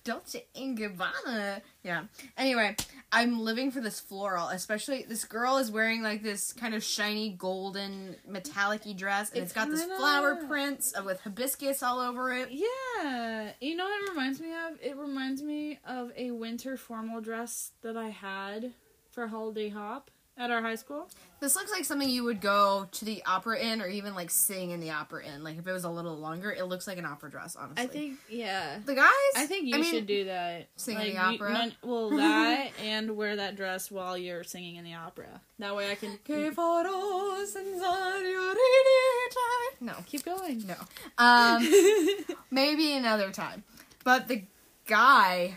Speaker 2: Dolce and Gabbana. Yeah. Anyway, I'm living for this floral, especially this girl is wearing like this kind of shiny golden metallic-y dress, and
Speaker 1: It
Speaker 2: it's got this
Speaker 1: kinda-
Speaker 2: flower prints uh, with hibiscus all over it.
Speaker 1: Yeah, you know what it reminds me of? It reminds me of a winter formal dress that I had for holiday hop at our high school.
Speaker 2: This looks like something you would go to the opera in, or even like sing in the opera in. Like if it was a little longer, it looks like an opera dress. Honestly,
Speaker 1: I think, yeah.
Speaker 2: the guys.
Speaker 1: I think you
Speaker 2: mean,
Speaker 1: should do that.
Speaker 2: sing in the
Speaker 1: you-
Speaker 2: opera?
Speaker 1: none- well, that and wear that dress while you're singing in the opera. That way I can keep,
Speaker 2: No.
Speaker 1: keep going.
Speaker 2: No. Um, maybe another time. But the guy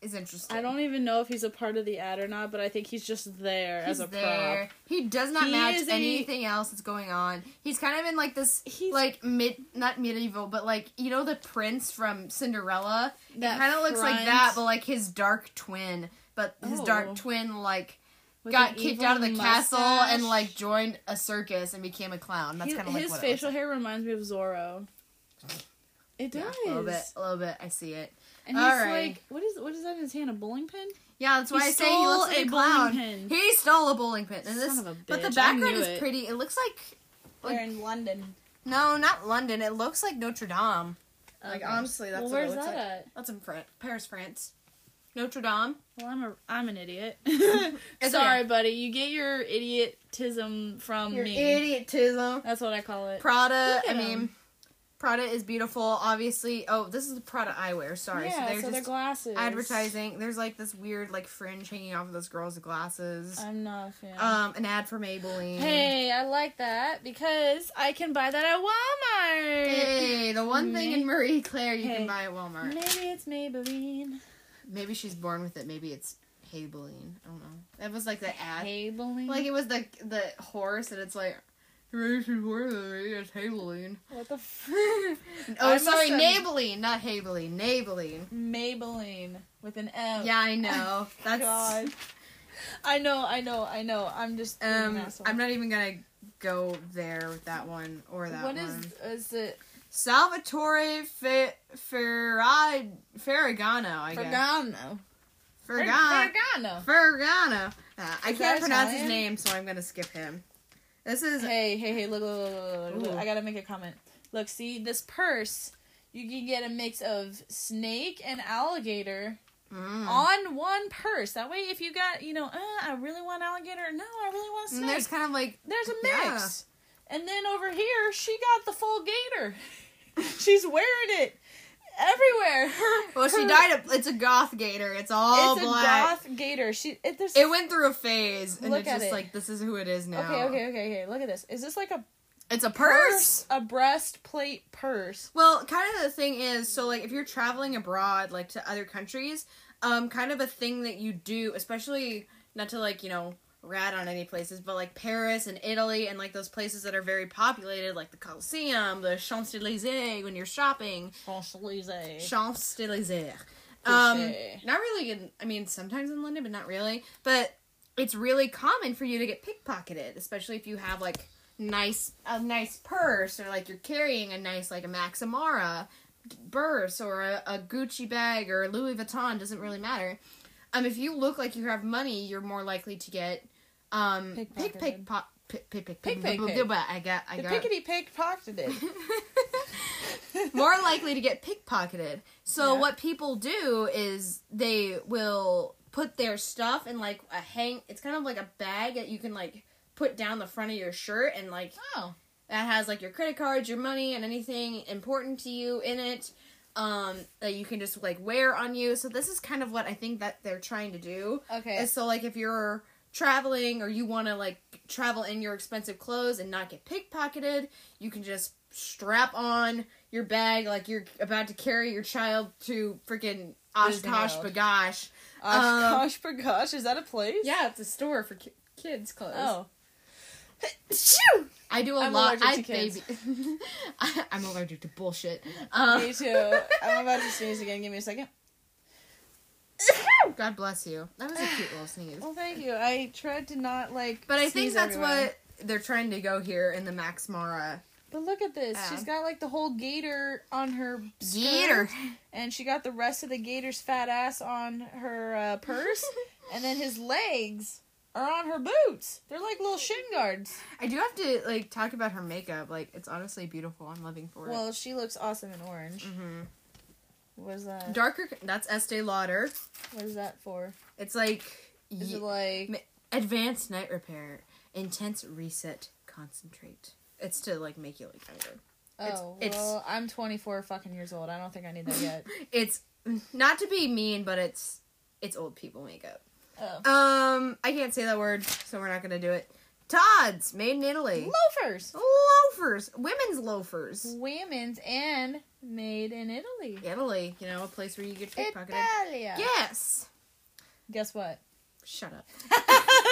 Speaker 2: is interesting.
Speaker 1: I don't even know if he's a part of the ad or not, but I think he's just there
Speaker 2: He's
Speaker 1: as a
Speaker 2: there. He does not
Speaker 1: He
Speaker 2: match
Speaker 1: is a-
Speaker 2: anything else that's going on. He's kind of in like this,
Speaker 1: He's-
Speaker 2: like mid, not medieval, but like you know the prince from Cinderella.
Speaker 1: prop. That
Speaker 2: kind of looks like
Speaker 1: front
Speaker 2: that, but like his dark twin. But his
Speaker 1: Oh.
Speaker 2: dark twin like
Speaker 1: with
Speaker 2: got
Speaker 1: an
Speaker 2: kicked
Speaker 1: evil
Speaker 2: out of the castle and
Speaker 1: mustache.
Speaker 2: like joined a circus and became a clown. That's
Speaker 1: He-
Speaker 2: kind of like
Speaker 1: his
Speaker 2: what it looks
Speaker 1: facial hair reminds me of Zorro. It
Speaker 2: like. Yeah,
Speaker 1: does.
Speaker 2: a little bit, a little bit. I see it.
Speaker 1: And he's
Speaker 2: All right.
Speaker 1: like, what is what is that in his hand? A bowling pin?
Speaker 2: Yeah, that's why
Speaker 1: He
Speaker 2: I say he looks
Speaker 1: stole
Speaker 2: like a,
Speaker 1: a bowling
Speaker 2: clown.
Speaker 1: pin.
Speaker 2: He stole a bowling pin, and this,
Speaker 1: Son of a
Speaker 2: but the
Speaker 1: bitch, I knew
Speaker 2: background is
Speaker 1: it.
Speaker 2: pretty. It looks like They're
Speaker 1: in London.
Speaker 2: no, not London. It looks like Notre Dame. Like, honestly, that's
Speaker 1: well,
Speaker 2: what it
Speaker 1: where's
Speaker 2: looks
Speaker 1: that
Speaker 2: like.
Speaker 1: at?
Speaker 2: That's in France, Paris, France. Notre Dame.
Speaker 1: Well, I'm a I'm an idiot.
Speaker 2: okay.
Speaker 1: Sorry, buddy. You get your idiotism from me.
Speaker 2: idiotism.
Speaker 1: That's what I call it.
Speaker 2: Prada.
Speaker 1: Look
Speaker 2: I
Speaker 1: at
Speaker 2: mean,
Speaker 1: 'em.
Speaker 2: Prada is beautiful. Obviously. Oh, this is the Prada eyewear. Sorry.
Speaker 1: yeah,
Speaker 2: so they're
Speaker 1: so they're
Speaker 2: just
Speaker 1: glasses.
Speaker 2: advertising. There's like this weird like fringe hanging off of this girl's glasses.
Speaker 1: I'm not a fan.
Speaker 2: Um, an ad for Maybelline.
Speaker 1: hey, I like that because I can buy that at Walmart.
Speaker 2: Hey, the one thing in Marie Claire you
Speaker 1: Hey.
Speaker 2: can buy at Walmart.
Speaker 1: Maybe it's Maybelline.
Speaker 2: Maybe she's born with it. Maybe it's Habeline. I don't know. That was like the ad.
Speaker 1: Maybelline.
Speaker 2: Like it was the the horse, and it's like. Maybe she's born with it. Maybe it's Habeline.
Speaker 1: what the f-
Speaker 2: oh,
Speaker 1: I must
Speaker 2: sorry,
Speaker 1: have-
Speaker 2: Nabeline, not Habeline. Nabeline.
Speaker 1: Maybelline with an M.
Speaker 2: Yeah, I know. That's.
Speaker 1: God. I know, I know, I know. I'm just being an
Speaker 2: Um,
Speaker 1: asshole.
Speaker 2: I'm not even gonna go there with that one or that
Speaker 1: What
Speaker 2: one.
Speaker 1: is is it?
Speaker 2: Salvatore Fe- Ferrag- Ferragamo? I guess.
Speaker 1: Fergano.
Speaker 2: Ferragamo.
Speaker 1: Fergano.
Speaker 2: Ferragamo. Uh, I
Speaker 1: Is
Speaker 2: can't
Speaker 1: that
Speaker 2: pronounce his
Speaker 1: Italian?
Speaker 2: name, so I'm gonna skip him. This is
Speaker 1: Hey, hey, hey! Look, look, look, look, look, look!
Speaker 2: Ooh.
Speaker 1: I gotta make a comment. Look, see this purse. You can get a mix of snake and alligator
Speaker 2: mm.
Speaker 1: on one purse. That way, if you got, you know, uh, I really want alligator. No, I really want
Speaker 2: And
Speaker 1: snake.
Speaker 2: Mm,
Speaker 1: There's,
Speaker 2: there's kind of like
Speaker 1: a mix. And then over here, she got the full gator. She's wearing it everywhere. Her-
Speaker 2: well, she
Speaker 1: her-
Speaker 2: died. A, it's a goth gator. It's all
Speaker 1: it's
Speaker 2: black.
Speaker 1: a goth gator. She it, there's
Speaker 2: It went through a phase, and
Speaker 1: Look
Speaker 2: it's
Speaker 1: at
Speaker 2: just
Speaker 1: it.
Speaker 2: like this is who it is now.
Speaker 1: Okay, okay, okay, okay. Look at this. Is this like a
Speaker 2: It's a purse.
Speaker 1: purse? A breastplate purse.
Speaker 2: Well, kind of the thing is, so like if you're traveling abroad, like to other countries, um, kind of a thing that you do, especially not to like you know rat on any places, but like Paris and Italy and like those places that are very populated, like the Colosseum, the Champs Elysees, when you're shopping, Champs Elysees. Um,
Speaker 1: Touché.
Speaker 2: not really in. I mean, sometimes in London, but not really. But it's really common for you to get pickpocketed, especially if you have like nice a nice purse or like you're carrying a nice like a Max Mara purse or a, a Gucci bag or a Louis Vuitton doesn't really matter. Um, if you look like you have money, you're more likely to get um pick pick
Speaker 1: Pickpocketed.
Speaker 2: pick pop pick pick pick
Speaker 1: Pick,
Speaker 2: pick
Speaker 1: pick, pick.
Speaker 2: I got I
Speaker 1: The
Speaker 2: got
Speaker 1: pickety pig pocketed it.
Speaker 2: more likely to get pickpocketed. So
Speaker 1: Yeah.
Speaker 2: what people do is they will put their stuff in like a hang. It's kind of like a bag that you can like put down the front of your shirt and like
Speaker 1: Oh.
Speaker 2: that has like your credit cards, your money, and anything important to you in it um that you can just like wear on you. So this is kind of what I think that they're trying to do.
Speaker 1: Okay.
Speaker 2: And so, like, if you're traveling or you want to like travel in your expensive clothes and not get pickpocketed, you can just strap on your bag like you're about to carry your child to freaking
Speaker 1: Disney
Speaker 2: Oshkosh
Speaker 1: World.
Speaker 2: Bagosh.
Speaker 1: Oshkosh, um, gosh, is that a place?
Speaker 2: Yeah, it's a store for ki-
Speaker 1: kids' clothes.
Speaker 4: Oh.
Speaker 1: Shoo!
Speaker 2: I do a
Speaker 1: I'm
Speaker 2: lot.
Speaker 1: allergic
Speaker 2: I
Speaker 1: to kids.
Speaker 2: baby. I, I'm allergic to bullshit. Um,
Speaker 1: Me too. I'm about to sneeze again. Give me a second.
Speaker 2: God bless you. That was a cute little sneeze.
Speaker 1: Well, thank you. I tried to not like.
Speaker 2: But I think
Speaker 1: sneeze
Speaker 2: that's
Speaker 1: everywhere.
Speaker 2: what they're trying to go here in the Max Mara
Speaker 1: But look at this.
Speaker 2: Yeah.
Speaker 1: She's got like the whole gator on her skirt,
Speaker 2: Gator.
Speaker 1: and she got the rest of the gator's fat ass on her uh, purse, and then his legs are on her boots. They're like little shin guards.
Speaker 2: I do have to like talk about her makeup. Like it's honestly beautiful. I'm living for it.
Speaker 1: Well, she looks awesome in orange.
Speaker 2: Mhm.
Speaker 1: Was that?
Speaker 2: darker. That's Estee Lauder.
Speaker 1: What is that for?
Speaker 2: It's like,
Speaker 1: Is
Speaker 2: ye-
Speaker 1: it like?
Speaker 2: Ma- advanced night repair, intense reset, concentrate. It's to like make you look younger. it's-
Speaker 1: Oh,
Speaker 2: it's-
Speaker 1: well, I'm 24 fucking years old. I don't think I need that yet.
Speaker 2: It's not to be mean, but it's it's old people makeup.
Speaker 1: Oh.
Speaker 2: Um, I can't say that word, so we're not gonna do it. Todd's made in Italy.
Speaker 1: Uh, Loafers,
Speaker 2: Loafers, women's loafers.
Speaker 1: women's, and made in Italy.
Speaker 2: Italy, you know, a place where you get pickpocketed.
Speaker 1: Italia.
Speaker 2: Yes.
Speaker 1: Guess what?
Speaker 2: Shut up.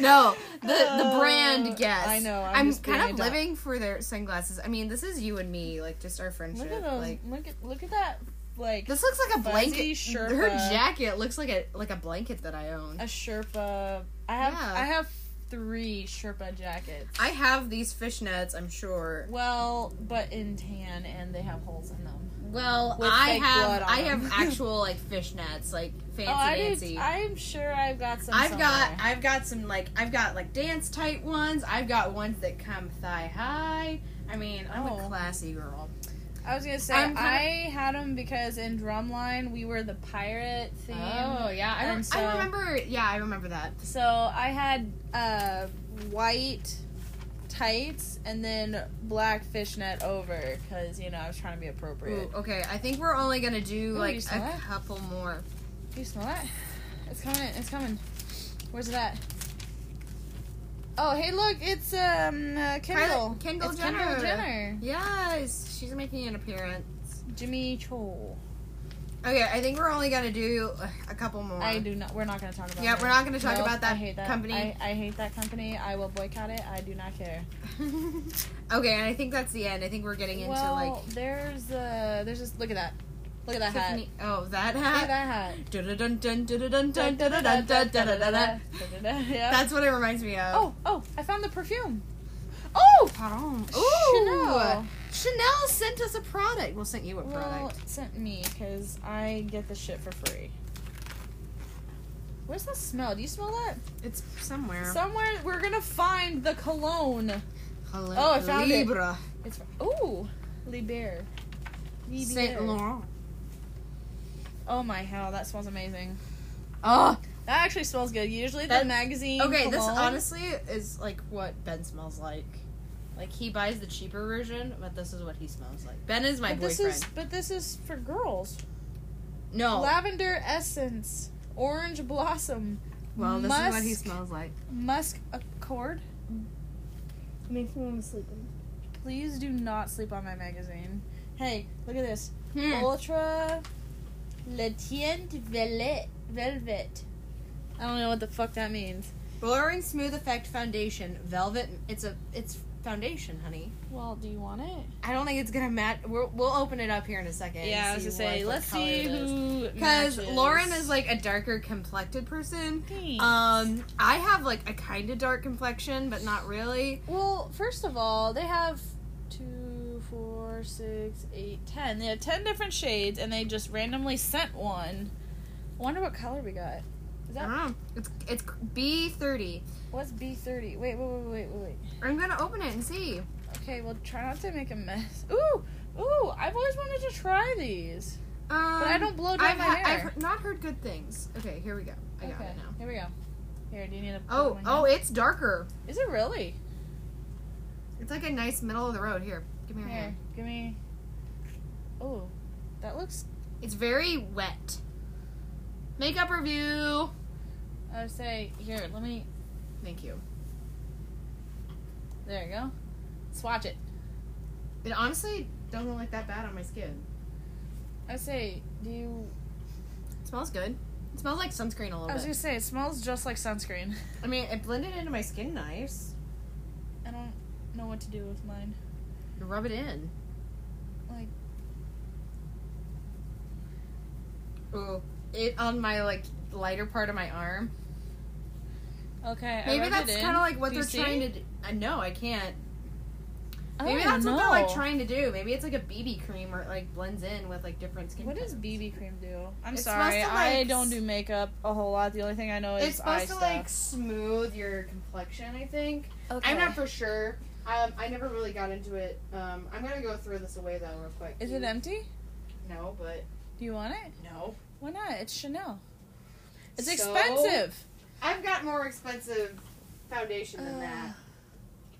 Speaker 2: no, the the
Speaker 1: Oh,
Speaker 2: brand. Yes,
Speaker 1: I know, I'm
Speaker 2: I'm,
Speaker 1: just being
Speaker 2: kind
Speaker 1: a
Speaker 2: of
Speaker 1: dumb.
Speaker 2: living for their sunglasses. I mean, this is you and me, like just our friendship.
Speaker 1: Look at those.
Speaker 2: Like
Speaker 1: look at look at that. Like
Speaker 2: this looks like a
Speaker 1: Fuzzy
Speaker 2: blanket.
Speaker 1: Sherpa.
Speaker 2: Her jacket looks like a like a blanket that I own.
Speaker 1: a Sherpa. I have
Speaker 2: Yeah.
Speaker 1: I have three Sherpa jackets.
Speaker 2: I have these fishnets. I'm sure.
Speaker 1: Well, but in tan, and they have holes in them.
Speaker 2: Well,
Speaker 1: With
Speaker 2: I
Speaker 1: fake blood
Speaker 2: have
Speaker 1: on
Speaker 2: I
Speaker 1: them.
Speaker 2: have actual like fishnets, like fancy
Speaker 1: oh, I
Speaker 2: dancy.
Speaker 1: do. I'm sure I've got some.
Speaker 2: I've got
Speaker 1: somewhere.
Speaker 2: I've got some like I've got like dance tight ones. I've got ones that come thigh high. I mean, I'm a
Speaker 1: Oh.
Speaker 2: classy girl.
Speaker 1: I was gonna say
Speaker 2: I'm kinda-
Speaker 1: I had them because in Drumline we were the pirate theme.
Speaker 2: Oh, yeah, I,
Speaker 1: And
Speaker 2: rem-
Speaker 1: so-
Speaker 2: I remember. Yeah, I remember that.
Speaker 1: So I had uh, white tights and then black fishnet over because you know I was trying to be appropriate.
Speaker 2: Ooh, okay, I think we're only gonna do
Speaker 1: Ooh,
Speaker 2: like
Speaker 1: you
Speaker 2: a
Speaker 1: smell that?
Speaker 2: couple more.
Speaker 1: You smell that? It's coming. It's coming. Where's it at? Oh, hey, look! It's um uh, Kendall.
Speaker 2: Kylie- Kendall
Speaker 1: It's
Speaker 2: Jenner.
Speaker 1: Kendall Jenner.
Speaker 2: Yes, she's making an appearance.
Speaker 1: Jimmy Chol.
Speaker 2: Okay, I think we're only gonna do uh, a couple more.
Speaker 1: I do not. We're not gonna talk about.
Speaker 2: Yeah,
Speaker 1: it.
Speaker 2: we're not gonna talk
Speaker 1: Nope,
Speaker 2: about that,
Speaker 1: I hate that
Speaker 2: company.
Speaker 1: I, I hate that company. I will boycott it. I do not care.
Speaker 2: okay, and I think that's the end. I think we're getting into
Speaker 1: well,
Speaker 2: like
Speaker 1: there's uh, there's just look at that. Look at that hat.
Speaker 2: Tiffany. Oh, that
Speaker 1: Look at
Speaker 2: hat.
Speaker 1: that hat.
Speaker 2: That's
Speaker 1: That's
Speaker 2: what it reminds me of.
Speaker 1: oh oh! I found the perfume. Oh,
Speaker 2: Pardon.
Speaker 1: Chanel.
Speaker 2: Ooh. Chanel sent us a product. Well, sent you a
Speaker 1: Well,
Speaker 2: product.
Speaker 1: it sent me because I get this shit for free. Where's that smell? Do you smell that?
Speaker 2: It's somewhere.
Speaker 1: Somewhere we're gonna find the cologne.
Speaker 2: Hello.
Speaker 1: Oh, I found it.
Speaker 2: Libra.
Speaker 1: It's from, ooh, Liber. Liber.
Speaker 2: Saint Laurent.
Speaker 1: Oh my hell, that smells amazing.
Speaker 2: Oh,
Speaker 1: That actually smells good. Usually the
Speaker 2: That-
Speaker 1: magazine.
Speaker 2: okay. This
Speaker 1: cologne-
Speaker 2: honestly is like what Ben smells like. Like he buys the cheaper version, but this is what he smells like. Ben is my
Speaker 1: but this
Speaker 2: boyfriend. Oh.
Speaker 1: is but this is for girls.
Speaker 2: no.
Speaker 1: Lavender essence, orange blossom,
Speaker 2: well, this is what he
Speaker 1: musk.
Speaker 2: smells like.
Speaker 1: musk accord.
Speaker 2: Makes me want to sleep.
Speaker 1: Please do not sleep on my magazine. Hey, look at this.
Speaker 2: Hmm.
Speaker 1: Ultra Latent Velvet. Velvet. I don't know what the fuck that means.
Speaker 2: Blurring Smooth Effect Foundation Velvet. It's a it's foundation, honey.
Speaker 1: Well, do you want it?
Speaker 2: I don't think it's gonna match. We'll, we'll open it up here in a second. and
Speaker 1: Yeah, I was gonna
Speaker 2: see
Speaker 1: say,
Speaker 2: what- what
Speaker 1: let's
Speaker 2: color
Speaker 1: see
Speaker 2: it is.
Speaker 1: who.
Speaker 2: Because
Speaker 1: matches. Hmm.
Speaker 2: Lauren is like a darker complected person.
Speaker 1: Thanks.
Speaker 2: Um, I have like a kind of dark complexion, but not really.
Speaker 1: Well, first of all, they have two, four, six, eight, ten. They have ten different shades, and they just randomly sent one. I wonder what color we got. Is
Speaker 2: I
Speaker 1: that
Speaker 2: don't know. It's it's B thirty.
Speaker 1: what's B thirty? Wait, wait, wait, wait, wait, wait.
Speaker 2: I'm gonna open it and see.
Speaker 1: Okay, well, try not to make a mess. Ooh, ooh! I've always wanted to try these,
Speaker 2: Um,
Speaker 1: but I don't blow dry
Speaker 2: I've
Speaker 1: my
Speaker 2: ha- I've
Speaker 1: hair.
Speaker 2: he- not heard good things. Okay, here we go. I got
Speaker 1: okay,
Speaker 2: it now.
Speaker 1: here we go. Here, do you need a?
Speaker 2: Oh oh, it's darker.
Speaker 1: Is it really?
Speaker 2: It's like a nice middle of the road. Here, give me your hand.
Speaker 1: Here, give me. Oh, that looks.
Speaker 2: It's very wet. Makeup review.
Speaker 1: I would say here. Let me.
Speaker 2: Thank you.
Speaker 1: There you go. Swatch it.
Speaker 2: It honestly doesn't look that bad on my skin.
Speaker 1: I say, do you
Speaker 2: It smells good. It smells like sunscreen a little
Speaker 1: I was
Speaker 2: bit.
Speaker 1: gonna say it smells just like sunscreen.
Speaker 2: I mean, it blended into my skin nice.
Speaker 1: I don't know what to do with mine.
Speaker 2: You rub it in.
Speaker 1: Like
Speaker 2: Ooh. It on my like lighter part of my arm.
Speaker 1: okay,
Speaker 2: Maybe that's
Speaker 1: kind of
Speaker 2: like what
Speaker 1: Do you
Speaker 2: they're
Speaker 1: see? Oh,
Speaker 2: trying to. Do. Uh, no, I can't.
Speaker 1: I
Speaker 2: Maybe
Speaker 1: don't
Speaker 2: that's what they're like
Speaker 1: know.
Speaker 2: trying to do. Maybe it's like a BB cream or it like blends in with like different skin.
Speaker 1: What does
Speaker 2: tones.
Speaker 1: BB cream do? I'm
Speaker 2: It's
Speaker 1: sorry,
Speaker 2: supposed to,
Speaker 1: I
Speaker 2: like,
Speaker 1: don't do makeup a whole lot. The only thing I know is
Speaker 2: It's supposed
Speaker 1: eye
Speaker 2: to
Speaker 1: stuff.
Speaker 2: like smooth your complexion. I think.
Speaker 1: Okay.
Speaker 2: I'm not for sure. Um, I never really got into it. Um, I'm gonna go throw this away though, real quick.
Speaker 1: Is
Speaker 2: You-
Speaker 1: it empty?
Speaker 2: No, but
Speaker 1: Do you want it?
Speaker 2: no.
Speaker 1: Why not? It's Chanel. It's
Speaker 2: So-
Speaker 1: expensive.
Speaker 2: I've got more expensive foundation than that.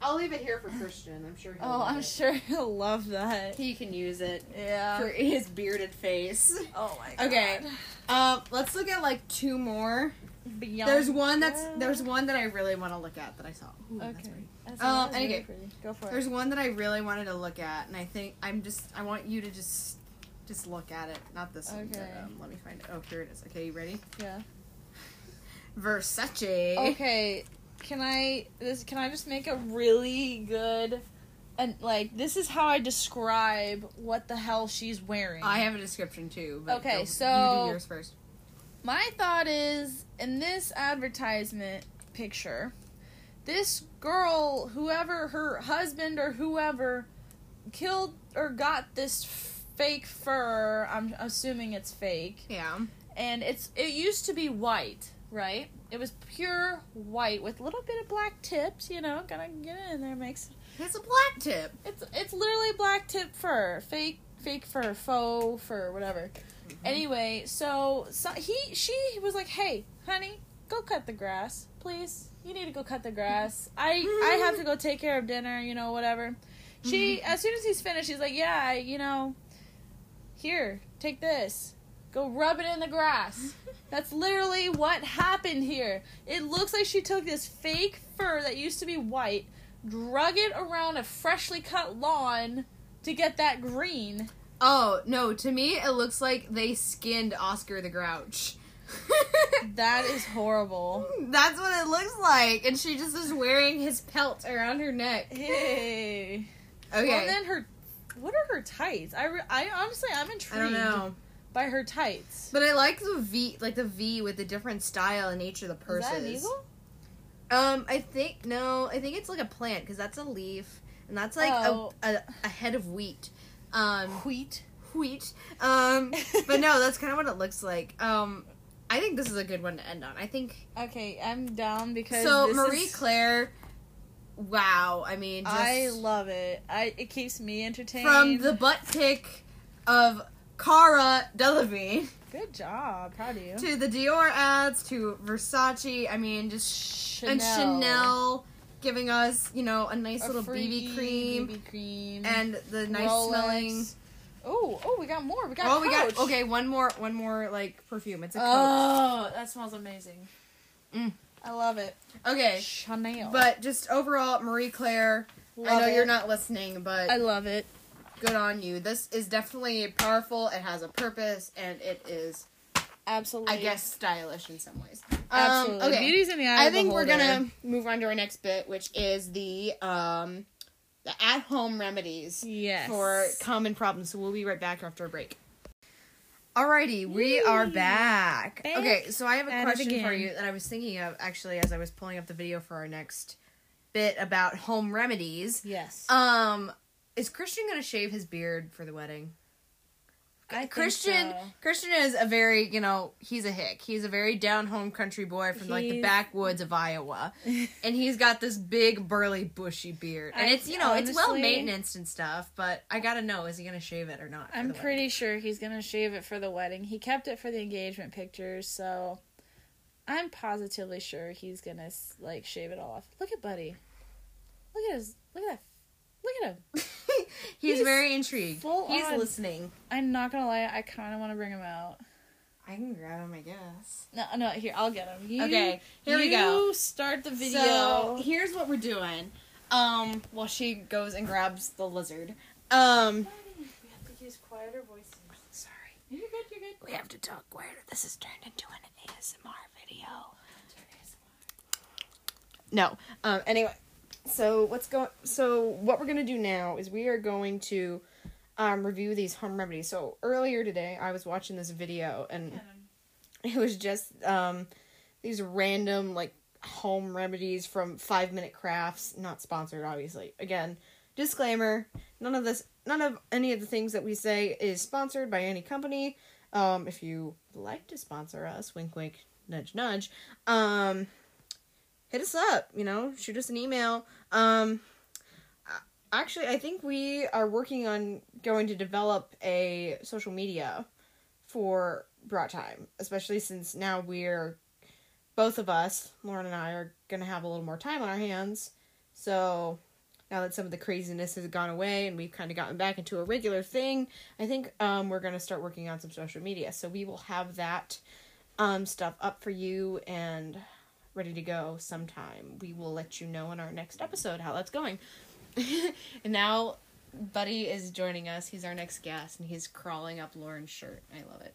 Speaker 2: I'll leave it here for Christian. I'm sure. He'll
Speaker 1: Oh,
Speaker 2: love
Speaker 1: I'm
Speaker 2: it.
Speaker 1: sure he'll love that.
Speaker 2: he can use it for
Speaker 1: Yeah.
Speaker 2: his bearded face.
Speaker 1: Oh my god.
Speaker 2: Okay. Um, let's look at like two more.
Speaker 1: Beyond.
Speaker 2: There's one that's
Speaker 1: Yeah.
Speaker 2: there's one that I really want to look at that I saw. Ooh, that's
Speaker 1: Okay.
Speaker 2: pretty.
Speaker 1: That's-
Speaker 2: Um,
Speaker 1: that's really
Speaker 2: okay.
Speaker 1: pretty. Go for
Speaker 2: There's
Speaker 1: it.
Speaker 2: one that I really wanted to look at, and I think I'm just I want you to just just look at it, not this one. but,
Speaker 1: Okay.
Speaker 2: um, let me find it. Oh, here it is. Okay, you ready?
Speaker 1: Yeah.
Speaker 2: Versace.
Speaker 1: Okay. Can I this can I just make a really good and like this is how I describe what the hell she's wearing.
Speaker 2: I have a description too. But
Speaker 1: Okay,
Speaker 2: you'll- you
Speaker 1: so-
Speaker 2: do yours first.
Speaker 1: My thought is in this advertisement picture, this girl, whoever her husband or whoever killed or got this fake fur, I'm assuming it's fake,
Speaker 2: Yeah.
Speaker 1: and it's it used to be white, right? It was pure white with a little bit of black tips, you know, gotta get it in there, makes
Speaker 2: It's a black tip.
Speaker 1: it's it's literally black tip fur, fake fake fur, faux fur, whatever. Anyway, so, so he she was like, "Hey, honey, go cut the grass, please. You need to go cut the grass. I I have to go take care of dinner, you know, whatever." She as soon as he's finished, she's like, "Yeah, I, you know, here, take this. Go rub it in the grass." That's literally what happened here. It looks like she took this fake fur that used to be white, drug it around a freshly cut lawn to get that green.
Speaker 2: Oh no! To me, it looks like they skinned Oscar the Grouch.
Speaker 1: That is horrible.
Speaker 2: That's what it looks like, and she just is wearing his pelt around her neck.
Speaker 1: Hey.
Speaker 2: Okay.
Speaker 1: Well, and then her. What are her tights? I, re- I honestly, I'm
Speaker 2: I
Speaker 1: intrigued
Speaker 2: don't know,
Speaker 1: by her tights.
Speaker 2: but I like the V, like the V with the different style and nature of the
Speaker 1: Is
Speaker 2: purses.
Speaker 1: that an eagle?
Speaker 2: Um, I think no, I think it's like a plant because that's a leaf, and that's like
Speaker 1: Oh.
Speaker 2: a, a a head of wheat. Um,
Speaker 1: Wheat.
Speaker 2: wheat. Um, but no, that's kind of what it looks like. Um, I think this is a good one to end on. I think
Speaker 1: Okay, I'm down because
Speaker 2: so.
Speaker 1: this
Speaker 2: Marie
Speaker 1: is-
Speaker 2: Claire. Wow, I mean, just
Speaker 1: I love it. I it keeps me entertained.
Speaker 2: from the butt pick of Cara Delevingne
Speaker 1: good job, proud of you.
Speaker 2: to the Dior ads to Versace. I mean, just
Speaker 1: Chanel.
Speaker 2: and Chanel giving us, you know, a nice
Speaker 1: A
Speaker 2: little
Speaker 1: free
Speaker 2: BB cream
Speaker 1: BB cream.
Speaker 2: and the nice smelling.
Speaker 1: Oh, oh, we got more. We got.
Speaker 2: Oh, we got
Speaker 1: Coach.
Speaker 2: okay. One more, one more like perfume. It's a coat.
Speaker 1: Oh, that smells amazing.
Speaker 2: Mm.
Speaker 1: I love it.
Speaker 2: Okay,
Speaker 1: Chanel.
Speaker 2: but just overall, Marie Claire. I
Speaker 1: Love
Speaker 2: know
Speaker 1: it.
Speaker 2: you're not listening, but
Speaker 1: I love it.
Speaker 2: good on you. This is definitely powerful. It has a purpose, and it is,
Speaker 1: Absolutely.
Speaker 2: I guess, stylish in some ways.
Speaker 1: Absolutely.
Speaker 2: Um, okay.
Speaker 1: Beauty's in the eye.
Speaker 2: I
Speaker 1: of the
Speaker 2: think we're
Speaker 1: beholder.
Speaker 2: gonna move on to our next bit, which is the um, the at home remedies.
Speaker 1: Yes.
Speaker 2: for common problems. So we'll be right back after a break. Alrighty, we are back.
Speaker 1: Back
Speaker 2: Okay, so I have
Speaker 1: at
Speaker 2: a
Speaker 1: it
Speaker 2: question for
Speaker 1: again.
Speaker 2: you that I was thinking of actually as I was pulling up the video for our next bit about home remedies.
Speaker 1: Yes.
Speaker 2: Um, is Christian gonna shave his beard for the wedding?
Speaker 1: I think
Speaker 2: Christian
Speaker 1: so.
Speaker 2: Christian is a very, you know, he's a hick. He's a very down home country boy from like the
Speaker 1: He's-
Speaker 2: backwoods of Iowa. and he's got this big burly bushy beard. And
Speaker 1: I-
Speaker 2: it's, you know, it's well
Speaker 1: honestly-
Speaker 2: maintained and stuff, but I got to know is he going to shave it or not? for
Speaker 1: I'm
Speaker 2: the wedding?
Speaker 1: pretty sure he's gonna shave it for the wedding. He kept it for the engagement pictures, so I'm positively sure he's gonna s- like shave it off. Look at Buddy. Look at his. Look at that. Look at him.
Speaker 2: he's,
Speaker 1: he's
Speaker 2: very intrigued.
Speaker 1: full
Speaker 2: He's
Speaker 1: on.
Speaker 2: listening.
Speaker 1: I'm not gonna lie. I kind of want to bring him out.
Speaker 2: I can grab him, I guess.
Speaker 1: No, no. Here, I'll get him. You-
Speaker 2: Okay, here we go.
Speaker 1: You start the video.
Speaker 2: So, here's what we're doing. Um, well she goes and grabs the lizard. Um,
Speaker 1: We have to use quieter voices.
Speaker 2: sorry. You're good. You're good.
Speaker 5: We have to talk quieter. This has turned into an ASMR video.
Speaker 2: No. Um. Anyway, so what's going? So what we're gonna do now is we are going to, um, review these home remedies. So earlier today, I was watching this video and it was just um, these random like home remedies from Five Minute Crafts, not sponsored, obviously. Again, disclaimer: none of this, none of any of the things that we say is sponsored by any company. Um, if you would like to sponsor us, wink, wink, nudge, nudge. Um, hit us up. You know, shoot us an email. Um, a- actually, I think we are working on going to develop a social media for brought time, especially since now we're both of us, Lauren and I, are gonna have a little more time on our hands. So now that some of the craziness has gone away and we've kind of gotten back into a regular thing, I think um, we're gonna start working on some social media. So we will have that um, stuff up for you and ready to go sometime. We will let you know in our next episode how that's going. and now Buddy is joining us. He's our next guest, and he's crawling up Lauren's shirt. I love it.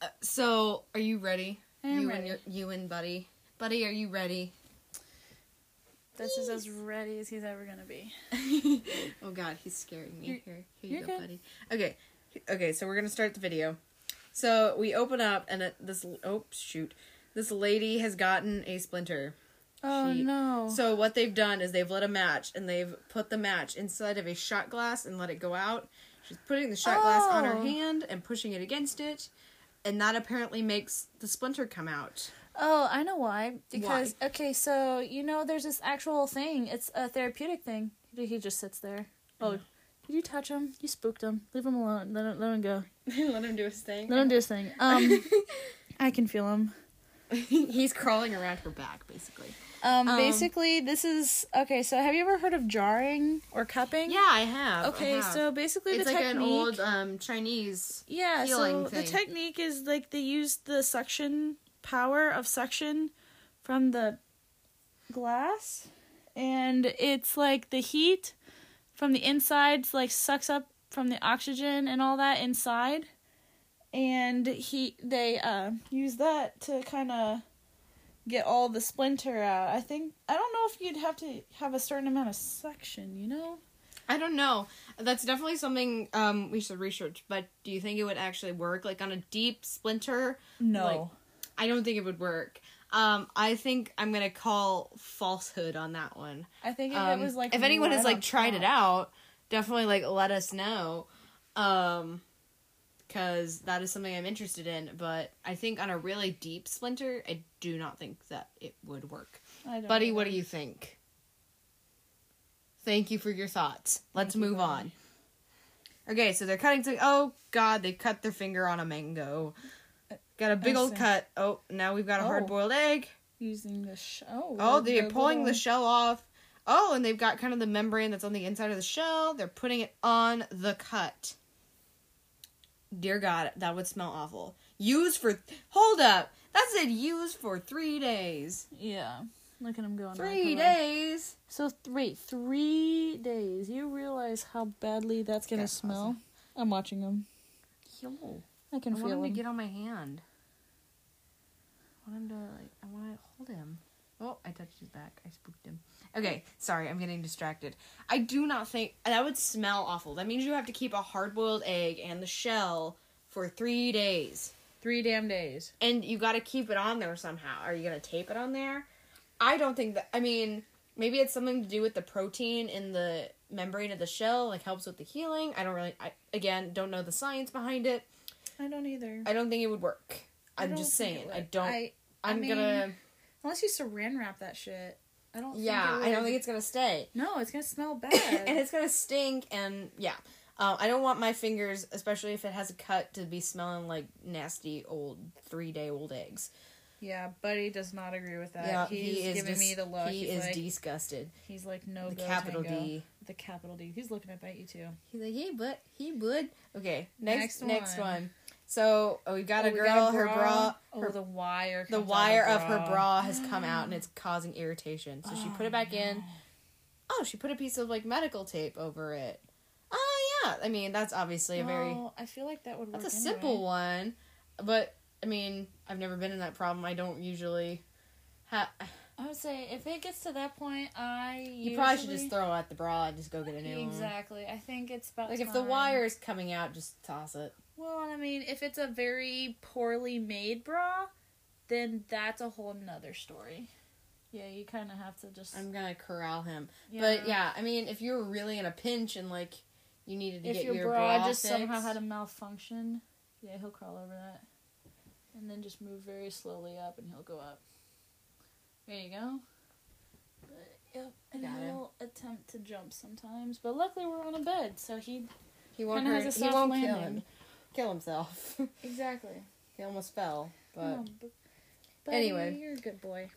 Speaker 2: Uh, so, are you ready?
Speaker 1: I am
Speaker 2: you
Speaker 1: ready.
Speaker 2: And your, you and Buddy. Buddy, are you ready?
Speaker 1: This is as ready as he's ever gonna be.
Speaker 2: oh God, he's scaring me. here, here you
Speaker 1: you're
Speaker 2: go,
Speaker 1: good.
Speaker 2: buddy. Okay, okay. So we're gonna start the video. So we open up, and it, this oh shoot, this lady has gotten a splinter.
Speaker 1: Oh
Speaker 2: She-
Speaker 1: no.
Speaker 2: So what they've done is they've lit a match and they've put the match inside of a shot glass and let it go out. She's putting the shot glass on her
Speaker 1: Oh.
Speaker 2: hand and pushing it against it, and that apparently makes the splinter come out.
Speaker 1: Oh, I know why. Because okay, so you know, there's this actual thing. It's a therapeutic thing. He he just sits there. Oh, did you touch him? You spooked him. Leave him alone. Let him, let him go.
Speaker 2: let him do his thing.
Speaker 1: Let him do his thing. Um, I can feel him.
Speaker 2: He's crawling around her back, basically.
Speaker 1: Um, basically, this is okay. So, have you ever heard of jarring or cupping?
Speaker 2: Yeah, I have. I
Speaker 1: Okay,
Speaker 2: have.
Speaker 1: so basically,
Speaker 2: it's
Speaker 1: the
Speaker 2: like
Speaker 1: technique.
Speaker 2: an old um, Chinese.
Speaker 1: yeah
Speaker 2: healing
Speaker 1: so the
Speaker 2: thing.
Speaker 1: technique is like they use the suction power of suction from the glass and it's like the heat from the inside like sucks up from the oxygen and all that inside and he they uh, use that to kind of get all the splinter out i think i don't know if you'd have to have a certain amount of suction you know
Speaker 2: I don't know. That's definitely something um, we should research. But do you think it would actually work? Like on a deep splinter?
Speaker 1: no
Speaker 2: I don't think it would work. Um, I think I'm gonna call falsehood on that one.
Speaker 1: i think if
Speaker 2: Um,
Speaker 1: it was like
Speaker 2: if anyone has
Speaker 1: right
Speaker 2: like
Speaker 1: on
Speaker 2: tried
Speaker 1: top.
Speaker 2: it out, definitely like let us know. Um, because that is something I'm interested in. But I think on a really deep splinter, I do not think that it would work.
Speaker 1: I don't
Speaker 2: Buddy,
Speaker 1: know.
Speaker 2: what do you think? Thank you for your thoughts. Let's
Speaker 1: you,
Speaker 2: move on.
Speaker 1: Buddy.
Speaker 2: Okay, so they're cutting to oh god, they cut their finger on a mango. Got a big
Speaker 1: I
Speaker 2: old
Speaker 1: see.
Speaker 2: cut. Oh, now we've got a
Speaker 1: Oh.
Speaker 2: hard boiled egg.
Speaker 1: using the show.
Speaker 2: Oh, they're pulling the shell off. Oh, and they've got kind of the membrane that's on the inside of the shell. They're putting it on the cut. Dear God, that would smell awful. Use for hold up. That said use for three days.
Speaker 1: yeah. Look at him going. on,
Speaker 2: Three
Speaker 1: come on.
Speaker 2: days.
Speaker 1: So three, three days. You realize how badly that's gonna
Speaker 2: That's
Speaker 1: smell. I'm watching him.
Speaker 2: Yo,
Speaker 1: I can
Speaker 2: I want
Speaker 1: feel
Speaker 2: him to
Speaker 1: him.
Speaker 2: get on my hand. I want him to like. I want to hold him. Oh, I touched his back. I spooked him. Okay, sorry, I'm getting distracted. I do not think that would smell awful. That means you have to keep a hard-boiled egg and the shell for three days,
Speaker 5: Three damn days.
Speaker 2: and you got to keep it on there somehow. Are you gonna tape it on there? I don't think that. I mean, maybe it's something to do with the protein in the membrane of the shell, like helps with the healing. I don't really. I again don't know the science behind it.
Speaker 5: I don't either.
Speaker 2: I don't think it would work.
Speaker 5: I
Speaker 2: I'm
Speaker 5: don't
Speaker 2: just
Speaker 5: think it
Speaker 2: saying.
Speaker 5: would.
Speaker 2: I don't. I,
Speaker 5: I,
Speaker 2: am
Speaker 5: mean,
Speaker 2: gonna.
Speaker 5: unless you saran wrap that shit. I don't.
Speaker 2: Yeah,
Speaker 5: think it
Speaker 2: I don't
Speaker 5: would.
Speaker 2: think it's gonna stay,
Speaker 5: No, it's gonna smell
Speaker 2: and
Speaker 5: bad.
Speaker 2: it's gonna stink. And yeah, um, I don't want my fingers, especially if it has a cut, to be smelling like nasty old three day old eggs.
Speaker 5: yeah, Buddy does not agree with that.
Speaker 2: yeah,
Speaker 5: Uh, he's giving
Speaker 2: dis-
Speaker 5: me the look.
Speaker 2: He
Speaker 5: he's
Speaker 2: is
Speaker 5: like,
Speaker 2: disgusted.
Speaker 5: he's like no
Speaker 2: The
Speaker 5: go
Speaker 2: capital
Speaker 5: tango.
Speaker 2: D.
Speaker 5: The capital D. He's looking to bite you too.
Speaker 2: He's like, yeah, but he would. Okay, next next
Speaker 5: Next
Speaker 2: one.
Speaker 5: one.
Speaker 2: So oh, we got
Speaker 5: Oh,
Speaker 2: a
Speaker 5: we
Speaker 2: girl.
Speaker 5: got a
Speaker 2: her bra.
Speaker 5: Oh,
Speaker 2: her
Speaker 5: the wire.
Speaker 2: the
Speaker 5: comes out
Speaker 2: wire
Speaker 5: the
Speaker 2: of her bra has come out and it's causing irritation. So she put it back in. Oh, she put a piece of like medical tape over it. Oh not? I mean, that's obviously a very
Speaker 1: Oh,
Speaker 5: No, I feel like that would work.
Speaker 2: that's a simple one, but I mean, I've never been in that problem. I don't usually. Ha-
Speaker 1: I would say if it gets to that point, I
Speaker 2: you probably should just throw out the bra and just go get a new one.
Speaker 1: Exactly. I think it's about
Speaker 2: Like if the
Speaker 1: time.
Speaker 2: wire is coming out, just toss it.
Speaker 1: Well, and I mean, if it's a very poorly made bra, then that's a whole nother story. Yeah, you kind of have to just.
Speaker 2: I'm gonna corral him. But yeah, I mean, if you're really in a pinch and like you needed to
Speaker 1: if
Speaker 2: get
Speaker 1: your,
Speaker 2: your
Speaker 1: bra,
Speaker 2: bra,
Speaker 1: just somehow
Speaker 2: fixed-
Speaker 1: had a malfunction, yeah, he'll crawl over that, and then just move very slowly up, and he'll go up. There you go. But yep, and
Speaker 2: Got him.
Speaker 1: he'll attempt to jump sometimes, but luckily we're on a bed, so he
Speaker 2: he won't
Speaker 1: kinda has
Speaker 2: hurt-
Speaker 1: a
Speaker 2: he
Speaker 1: soft
Speaker 2: won't kill
Speaker 1: landing.
Speaker 2: him. Kill himself.
Speaker 1: exactly.
Speaker 2: he almost fell, but
Speaker 1: but
Speaker 2: anyway.
Speaker 1: you're a good boy.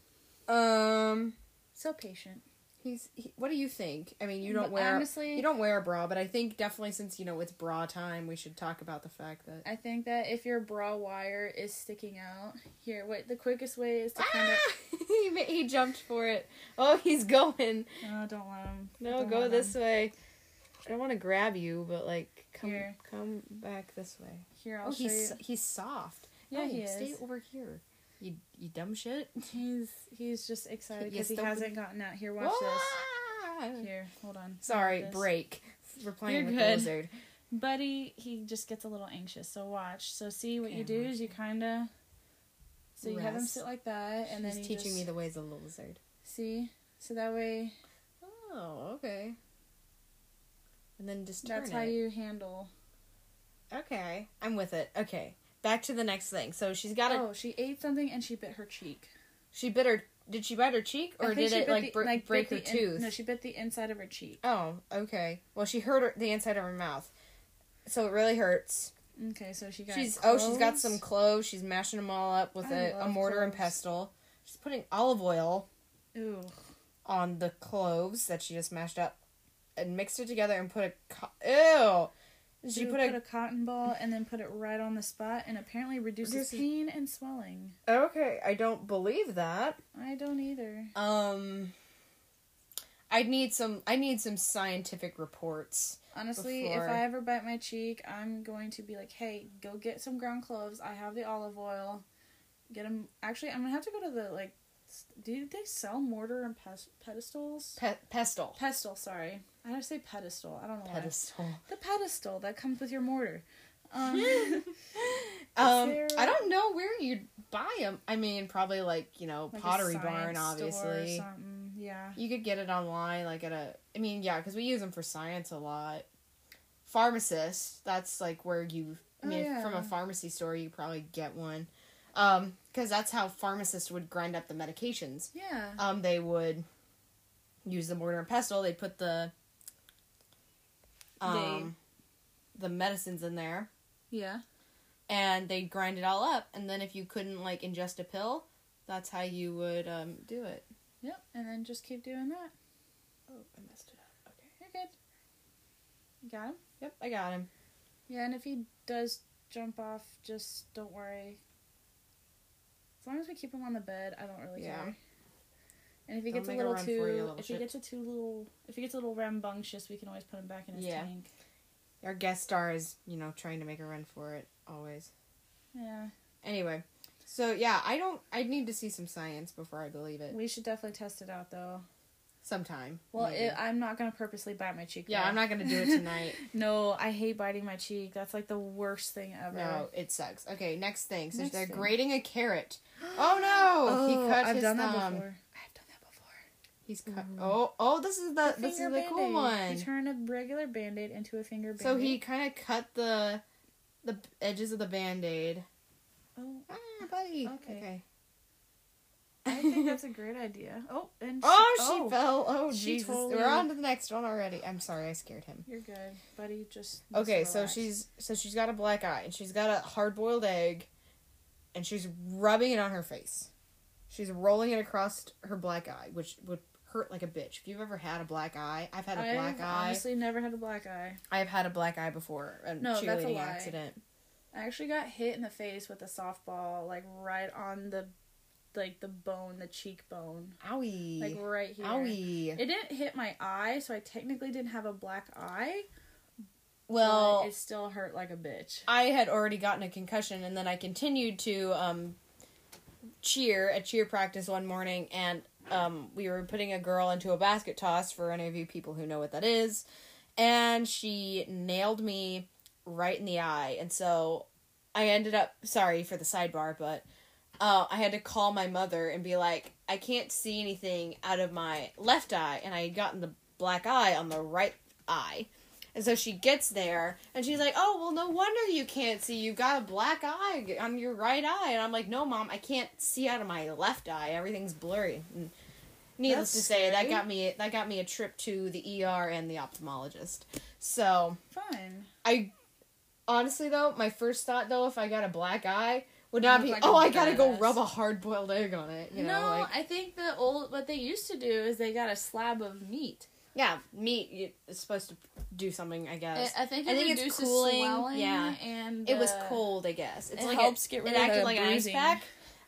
Speaker 2: um,
Speaker 1: So patient.
Speaker 2: he's. He, what do you think? I mean, you
Speaker 1: But
Speaker 2: don't wear
Speaker 1: honestly-
Speaker 2: you don't wear a bra, but I think definitely since you know it's bra time, we should talk about the fact that
Speaker 1: I think that if your bra wire is sticking out, here, what the quickest way is to kind
Speaker 2: Ah! he ma- he jumped for it. Oh, he's going.
Speaker 1: of. No, Oh, don't let him.
Speaker 2: No,
Speaker 1: Don't
Speaker 2: go
Speaker 1: let
Speaker 2: this
Speaker 1: him.
Speaker 2: way. I don't want to grab you, but like come
Speaker 1: Here.
Speaker 2: come back this way.
Speaker 1: Here, I'll
Speaker 2: Oh,
Speaker 1: show
Speaker 2: he's
Speaker 1: you.
Speaker 2: he's soft.
Speaker 1: Yeah,
Speaker 2: No,
Speaker 1: he
Speaker 2: Stay
Speaker 1: is.
Speaker 2: over here. You you dumb shit.
Speaker 1: He's he's just excited because
Speaker 2: Yes,
Speaker 1: he
Speaker 2: the-
Speaker 1: hasn't gotten out. Here, watch
Speaker 2: Ah!
Speaker 1: this. Here, hold on.
Speaker 2: Sorry,
Speaker 1: This.
Speaker 2: break. We're playing
Speaker 1: You're
Speaker 2: with the
Speaker 1: good.
Speaker 2: lizard.
Speaker 1: Buddy, he just gets a little anxious. So watch. So see what you
Speaker 2: Okay,
Speaker 1: do is you kind of. So you have him
Speaker 2: Rest.
Speaker 1: sit like that, and
Speaker 2: And then
Speaker 1: then
Speaker 2: he's
Speaker 1: you
Speaker 2: teaching me
Speaker 1: just-
Speaker 2: the ways of the lizard.
Speaker 1: see. So that way,
Speaker 2: Oh, okay. And then just turn
Speaker 1: that's
Speaker 2: it.
Speaker 1: how you handle.
Speaker 2: Okay, I'm with it. Okay, back to the next thing. So she's got a.
Speaker 1: Oh, she ate something and she bit her cheek.
Speaker 2: She bit her. Did she bite her cheek
Speaker 1: I
Speaker 2: or
Speaker 1: think
Speaker 2: did
Speaker 1: she
Speaker 2: it
Speaker 1: bit
Speaker 2: like,
Speaker 1: the-
Speaker 2: br-
Speaker 1: like,
Speaker 2: break her
Speaker 1: bit the in-
Speaker 2: tooth?
Speaker 1: no, she bit the inside of her cheek.
Speaker 2: Oh, okay. Well, she hurt her, the inside of her mouth, so it really hurts.
Speaker 1: Okay, so she got.
Speaker 2: she's oh, she's got some
Speaker 1: cloves.
Speaker 2: cloves. She's mashing them all up with
Speaker 1: I
Speaker 2: a, a
Speaker 1: love
Speaker 2: mortar and
Speaker 1: cloves.
Speaker 2: pestle. She's putting olive oil
Speaker 1: Ooh,
Speaker 2: on the cloves that she just mashed up, and mixed it together and put a co- ew. She
Speaker 1: she
Speaker 2: put, a,
Speaker 1: cotton ball and then put it right on the spot, and apparently reduces
Speaker 2: This is-
Speaker 1: pain and swelling.
Speaker 2: okay. I don't believe that.
Speaker 1: I don't either.
Speaker 2: Um, I need some. I need some scientific reports.
Speaker 1: Honestly,
Speaker 2: Before-
Speaker 1: if I ever bite my cheek, I'm going to be like, "Hey, go get some ground cloves. I have the olive oil. Get them." Actually, I'm gonna have to go to the like. s- Do they sell mortar and pes- pedestals?
Speaker 2: Pe- pestle.
Speaker 1: Pestle, sorry. I gotta say pedestal. I don't know why.
Speaker 2: Pedestal.
Speaker 1: The pedestal that comes with your mortar. Um,
Speaker 2: Um,
Speaker 1: Is there-
Speaker 2: I don't know where you'd buy them. I mean, probably like you know
Speaker 1: like a
Speaker 2: Pottery Barn,
Speaker 1: science store or
Speaker 2: obviously.
Speaker 1: something. Yeah.
Speaker 2: You could get it online, like at a. I mean, yeah, because we use them for science a lot. Pharmacist. That's like where you. I
Speaker 1: Oh,
Speaker 2: mean,
Speaker 1: yeah.
Speaker 2: from a pharmacy store, you probably get one, Um, 'cause because that's how pharmacists would grind up the medications.
Speaker 1: Yeah.
Speaker 2: Um, they would use the mortar and pestle. They put the um, the medicines in there,
Speaker 1: Yeah.
Speaker 2: and they'd grind it all up and then if you couldn't like ingest a pill that's how you would um, do it
Speaker 1: Yep. And then just keep doing that.
Speaker 2: oh i messed it up okay
Speaker 1: You're good. You got him?
Speaker 2: yep i got him
Speaker 1: Yeah, and if he does jump off, just don't worry. As long as we keep him on the bed, I don't really
Speaker 2: Yeah.
Speaker 1: care. And if he
Speaker 2: Don't
Speaker 1: gets a
Speaker 2: make a
Speaker 1: little
Speaker 2: run for
Speaker 1: too,
Speaker 2: it, you little
Speaker 1: if
Speaker 2: shit.
Speaker 1: he gets a too little, if he gets a little rambunctious, we can always put him back in his
Speaker 2: Yeah.
Speaker 1: tank.
Speaker 2: our guest star is you know trying to make a run for it always
Speaker 1: Yeah,
Speaker 2: anyway so yeah i don't i need to see some science before i believe it
Speaker 1: we should definitely test it out though.
Speaker 2: sometime
Speaker 1: Well,
Speaker 2: maybe.
Speaker 1: it, I'm not gonna purposely bite my cheek.
Speaker 2: yeah
Speaker 1: though.
Speaker 2: i'm not gonna do it tonight
Speaker 1: no, I hate biting my cheek. That's like the worst thing ever.
Speaker 2: no it sucks okay next thing so
Speaker 1: Next
Speaker 2: they're
Speaker 1: thing.
Speaker 2: grating a carrot oh no he cut
Speaker 1: I've
Speaker 2: his
Speaker 1: done that
Speaker 2: thumb
Speaker 1: before. Mm-hmm. I've done that before.
Speaker 2: he's cut oh oh this is the, this is the cool one
Speaker 1: You turn a regular band aid into a finger band aid.
Speaker 2: So he kind of cut the the edges of the band aid.
Speaker 1: Oh,
Speaker 2: Ah, buddy.
Speaker 1: Okay.
Speaker 2: Okay.
Speaker 1: I think that's a great idea. Oh, and
Speaker 2: oh, she
Speaker 1: oh,
Speaker 2: fell. Oh,
Speaker 1: She
Speaker 2: Jesus.
Speaker 1: totally-
Speaker 2: We're on to the next one already. I'm sorry, I scared him.
Speaker 1: You're good, buddy. Just just
Speaker 2: Okay, so
Speaker 1: relax.
Speaker 2: she's so she's got a black eye and she's got a hard boiled egg, and she's rubbing it on her face. She's rolling it across her black eye, which would hurt like a bitch. If you've ever had a black eye, I've had a black
Speaker 1: I've
Speaker 2: eye.
Speaker 1: honestly never had a black eye.
Speaker 2: I've had a black eye before, a
Speaker 1: No, that's a
Speaker 2: cheerleading
Speaker 1: lie.
Speaker 2: accident.
Speaker 1: I actually got hit in the face with a softball, like right on the, like the bone, the cheekbone,
Speaker 2: Owie.
Speaker 1: like right here.
Speaker 2: Owie.
Speaker 1: It didn't hit my eye, so I technically didn't have a black eye, Well,
Speaker 2: well
Speaker 1: it still hurt like a bitch.
Speaker 2: I had already gotten a concussion, and then I continued to um, cheer at cheer practice one morning, and um, we were putting a girl into a basket toss for any of you people who know what that is, and she nailed me right in the eye, and so I ended up sorry for the sidebar, but uh, I had to call my mother and be like, I can't see anything out of my left eye, and I had gotten the black eye on the right eye. And so she gets there and she's like, Oh, well, no wonder you can't see. You got a black eye on your right eye. And I'm like, No, mom, I can't see out of my left eye. Everything's blurry. And
Speaker 1: That's
Speaker 2: needless to say, that
Speaker 1: scary.
Speaker 2: got me that got me a trip to the ER and the ophthalmologist. So
Speaker 1: Fun.
Speaker 2: I honestly though, my first thought though, if I got a black eye, would not
Speaker 5: look
Speaker 2: be
Speaker 5: like
Speaker 2: oh,
Speaker 5: a
Speaker 2: I gotta go
Speaker 5: badass."
Speaker 2: rub a hard boiled egg on it. You know,
Speaker 1: no,
Speaker 2: like
Speaker 1: I think the old what they used to do is they got a slab of meat.
Speaker 2: yeah, meat is supposed to do something. I guess
Speaker 5: uh,
Speaker 1: I, I think it
Speaker 2: I think it's
Speaker 1: reduces
Speaker 2: cooling,
Speaker 1: swelling.
Speaker 2: yeah.
Speaker 1: and
Speaker 2: it was
Speaker 1: uh,
Speaker 2: cold. I guess it's
Speaker 5: it
Speaker 2: like
Speaker 5: helps get rid
Speaker 2: it
Speaker 5: of
Speaker 2: acted
Speaker 5: the
Speaker 2: like
Speaker 5: bruising.
Speaker 2: an ice pack.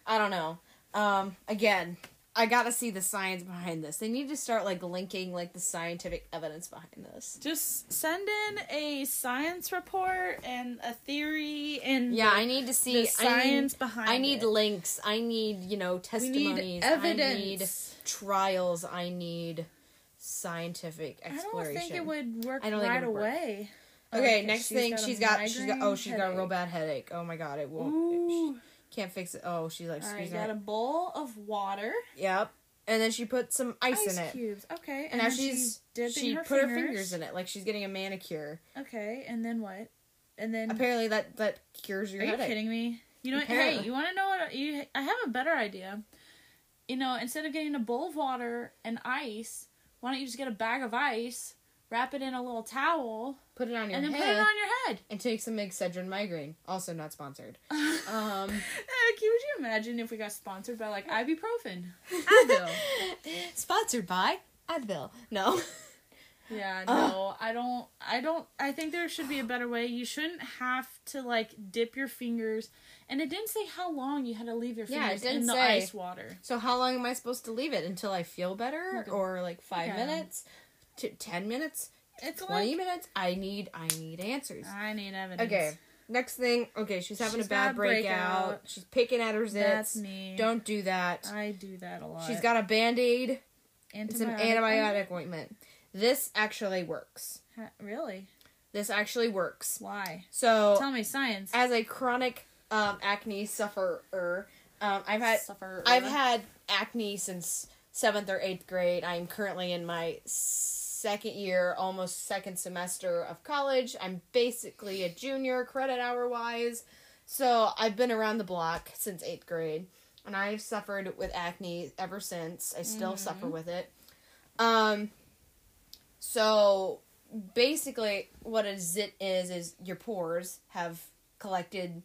Speaker 2: I don't know. Um, again, I gotta see the science behind this. They need to start like linking like the scientific evidence behind this.
Speaker 5: Just send in a science report and a theory and
Speaker 2: Yeah,
Speaker 5: the-
Speaker 2: I need to see
Speaker 5: the science behind
Speaker 2: I need, I need
Speaker 5: it.
Speaker 2: links. I need you know
Speaker 1: We
Speaker 2: testimonies.
Speaker 1: need
Speaker 2: I need
Speaker 1: evidence.
Speaker 2: trials. I need scientific
Speaker 1: I don't
Speaker 2: exploration.
Speaker 1: think it would work
Speaker 2: I don't think it
Speaker 1: right
Speaker 2: would work.
Speaker 1: away.
Speaker 2: Okay,
Speaker 1: Oh,
Speaker 2: next
Speaker 1: she's
Speaker 2: thing
Speaker 1: got a
Speaker 2: she's got she's got oh
Speaker 1: migraine
Speaker 2: she's got a real
Speaker 1: headache.
Speaker 2: bad headache. Oh my god, it won't
Speaker 1: Ooh.
Speaker 2: she can't fix it. Oh, she's like
Speaker 1: All right,
Speaker 2: squeezing
Speaker 1: got
Speaker 2: it.
Speaker 1: a bowl of water,
Speaker 2: Yep. And then she put some ice,
Speaker 1: ice
Speaker 2: in it.
Speaker 1: cubes. Okay,
Speaker 2: And, now
Speaker 1: then
Speaker 2: she's
Speaker 1: dipping
Speaker 2: she put her fingers in it like she's getting a manicure.
Speaker 1: Okay, and then what? And then
Speaker 2: Apparently that that cures your
Speaker 1: Are you
Speaker 2: headache.
Speaker 1: kidding me? You know, what- hey,
Speaker 2: Apparently.
Speaker 1: you want to know what you? I have a better idea. You know, instead of getting a bowl of water and ice, why don't you just get a bag of ice, wrap it in a little towel,
Speaker 2: Put it on your
Speaker 1: and then
Speaker 2: head
Speaker 1: put it on your head?
Speaker 2: and take some Excedrin migraine. Also not sponsored. Um
Speaker 1: Uh, can would you imagine if we got sponsored by like ibuprofen?
Speaker 2: Advil. Sponsored by Advil. No.
Speaker 1: Yeah, no, I don't. I don't. I think there should be a better way. You shouldn't have to like dip your fingers, and it didn't say how long you had to leave your
Speaker 2: Yeah, it
Speaker 1: fingers in
Speaker 2: didn't
Speaker 1: the
Speaker 2: say.
Speaker 1: ice water.
Speaker 2: So how long am I supposed to leave it until I feel better,
Speaker 1: Okay.
Speaker 2: or like five
Speaker 1: Okay.
Speaker 2: minutes, to ten minutes,
Speaker 1: It's
Speaker 2: twenty
Speaker 1: like
Speaker 2: minutes? I need I need answers.
Speaker 1: I need evidence.
Speaker 2: Okay, next thing. Okay, she's having
Speaker 1: She's
Speaker 2: a bad
Speaker 1: got breakout.
Speaker 2: breakout. She's picking at her zits.
Speaker 1: that's me.
Speaker 2: Don't do that.
Speaker 1: I do that a lot.
Speaker 2: she's got a band aid and some
Speaker 1: ointment.
Speaker 2: antibiotic ointment. This actually works.
Speaker 1: Ha- Really?
Speaker 2: This actually works.
Speaker 1: Why?
Speaker 2: So
Speaker 1: Tell me science.
Speaker 2: as a chronic um, acne sufferer, um, I've had
Speaker 1: Sufferer.
Speaker 2: I've had acne since seventh or eighth grade. I'm currently in my second year, almost second semester of college. I'm basically a junior credit hour wise. So I've been around the block since eighth grade. And I've suffered with acne ever since. I still suffer with it. Um, so basically, what a zit is is your pores have collected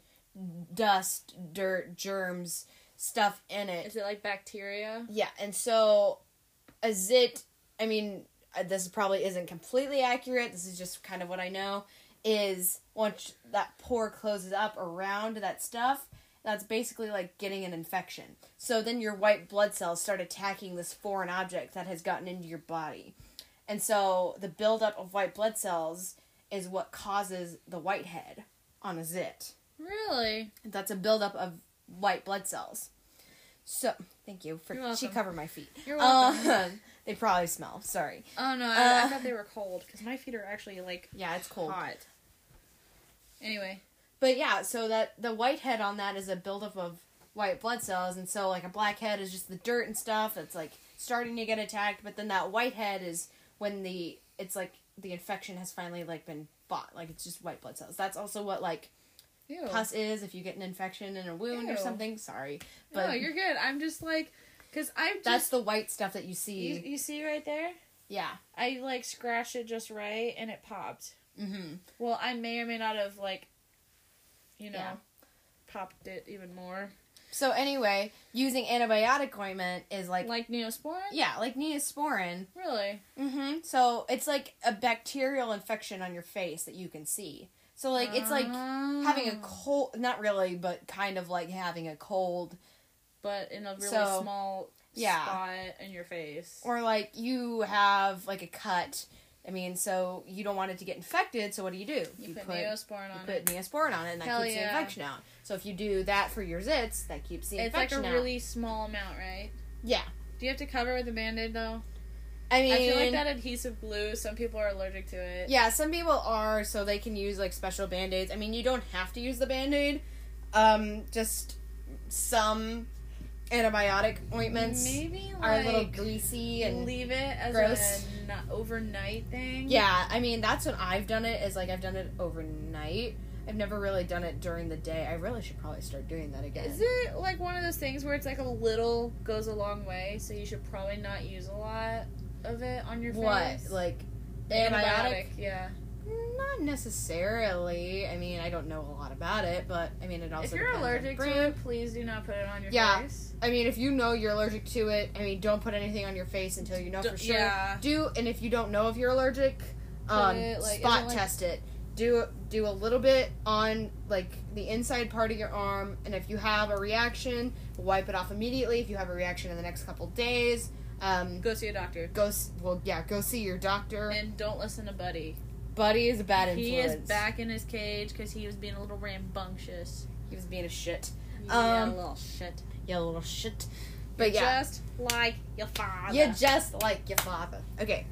Speaker 2: dust, dirt, germs, stuff in it.
Speaker 1: Is it like bacteria?
Speaker 2: Yeah, and so a zit, I mean, uh, this probably isn't completely accurate. This is just kind of what I know is once that pore closes up around that stuff, that's basically like getting an infection. So then your white blood cells start attacking this foreign object that has gotten into your body. And so the buildup of white blood cells is what causes the whitehead on a zit
Speaker 1: Really?
Speaker 2: that's a buildup of white blood cells. So thank you for
Speaker 1: You're welcome.
Speaker 2: she covered my feet.
Speaker 1: You're
Speaker 2: Um, they probably smell. Sorry.
Speaker 1: Oh no, I, I
Speaker 2: Uh,
Speaker 1: thought they were cold because my feet are actually like
Speaker 2: Yeah, it's cold.
Speaker 1: hot. Anyway,
Speaker 2: But yeah, so that the whitehead on that is a buildup of white blood cells, and so like a blackhead is just the dirt and stuff that's like starting to get attacked. But then that whitehead is when the it's like the infection has finally like been fought. Like it's just white blood cells. That's also what like
Speaker 1: Ew.
Speaker 2: pus is if you get an infection in a wound
Speaker 1: Ew.
Speaker 2: or something. Sorry, but
Speaker 1: no, you're good. I'm just like, cause I just
Speaker 2: that's the white stuff that you see.
Speaker 1: you, you see right there.
Speaker 2: yeah.
Speaker 1: I like scratched it just right and it popped.
Speaker 2: Mm-hmm.
Speaker 1: Well, I may or may not have like, you know,
Speaker 2: Yeah.
Speaker 1: popped it even more.
Speaker 2: So anyway, using antibiotic ointment is like,
Speaker 1: Like Neosporin.
Speaker 2: yeah, like Neosporin.
Speaker 1: Really?
Speaker 2: Mm-hmm. So it's like a bacterial infection on your face that you can see. So like it's like having a
Speaker 1: Oh.
Speaker 2: cold, not really, but kind of like having a cold,
Speaker 1: but in a really
Speaker 2: So,
Speaker 1: small
Speaker 2: yeah.
Speaker 1: spot in your face.
Speaker 2: or like you have like a cut I mean, so you don't want it to get infected. So what do you do?
Speaker 5: You, put, Neosporin
Speaker 2: you
Speaker 5: on
Speaker 2: put
Speaker 5: it.
Speaker 2: Neosporin on it, and that
Speaker 1: Hell
Speaker 2: keeps
Speaker 1: yeah.
Speaker 2: the infection out. So if you do that for your zits, that keeps the
Speaker 1: It's like
Speaker 2: infection
Speaker 1: a
Speaker 2: out.
Speaker 1: really small amount, right?
Speaker 2: yeah.
Speaker 1: Do you have to cover it with a band aid though?
Speaker 2: I mean,
Speaker 5: I feel like that adhesive glue. Some people are allergic to it.
Speaker 2: Yeah, some people are, so they can use like special band aids. I mean, you don't have to use the band aid. Um, just some antibiotic ointments
Speaker 1: Maybe like
Speaker 2: are a little greasy and.
Speaker 1: leave it as
Speaker 2: gross.
Speaker 1: a not overnight thing.
Speaker 2: yeah, I mean, that's what I've done it, is like I've done it overnight. I've never really done it during the day. I really should probably start doing that again.
Speaker 1: Is it like one of those things where it's like a little goes a long way, so you should probably not use a lot of it on your
Speaker 2: what?
Speaker 1: face?
Speaker 2: Like,
Speaker 1: antibiotic? Yeah.
Speaker 2: Not necessarily. I mean, I don't know a lot about it, but I mean, it also.
Speaker 1: If you're
Speaker 2: depends on
Speaker 1: allergic
Speaker 2: brand.
Speaker 1: to it, please do not put it on your
Speaker 2: Yeah.
Speaker 1: face.
Speaker 2: I mean, if you know you're allergic to it, I mean, don't put anything on your face until you know
Speaker 5: D-
Speaker 2: for sure.
Speaker 5: yeah.
Speaker 2: Do and if you don't know if you're allergic, um,
Speaker 1: it, like,
Speaker 2: spot
Speaker 1: isn't, like-
Speaker 2: test it. Do do a little bit on like the inside part of your arm, and if you have a reaction, wipe it off immediately. If you have a reaction in the next couple days, um,
Speaker 5: Go see a doctor.
Speaker 2: go s- well yeah, go see your doctor.
Speaker 5: And don't listen to Buddy.
Speaker 2: Buddy is a bad influence.
Speaker 1: He is back in his cage because he was being a little rambunctious.
Speaker 2: He was being a shit.
Speaker 1: yeah,
Speaker 2: Um,
Speaker 1: little shit.
Speaker 2: Yeah, little shit. But yeah,
Speaker 1: Just like your father.
Speaker 2: you're just like your father. Okay.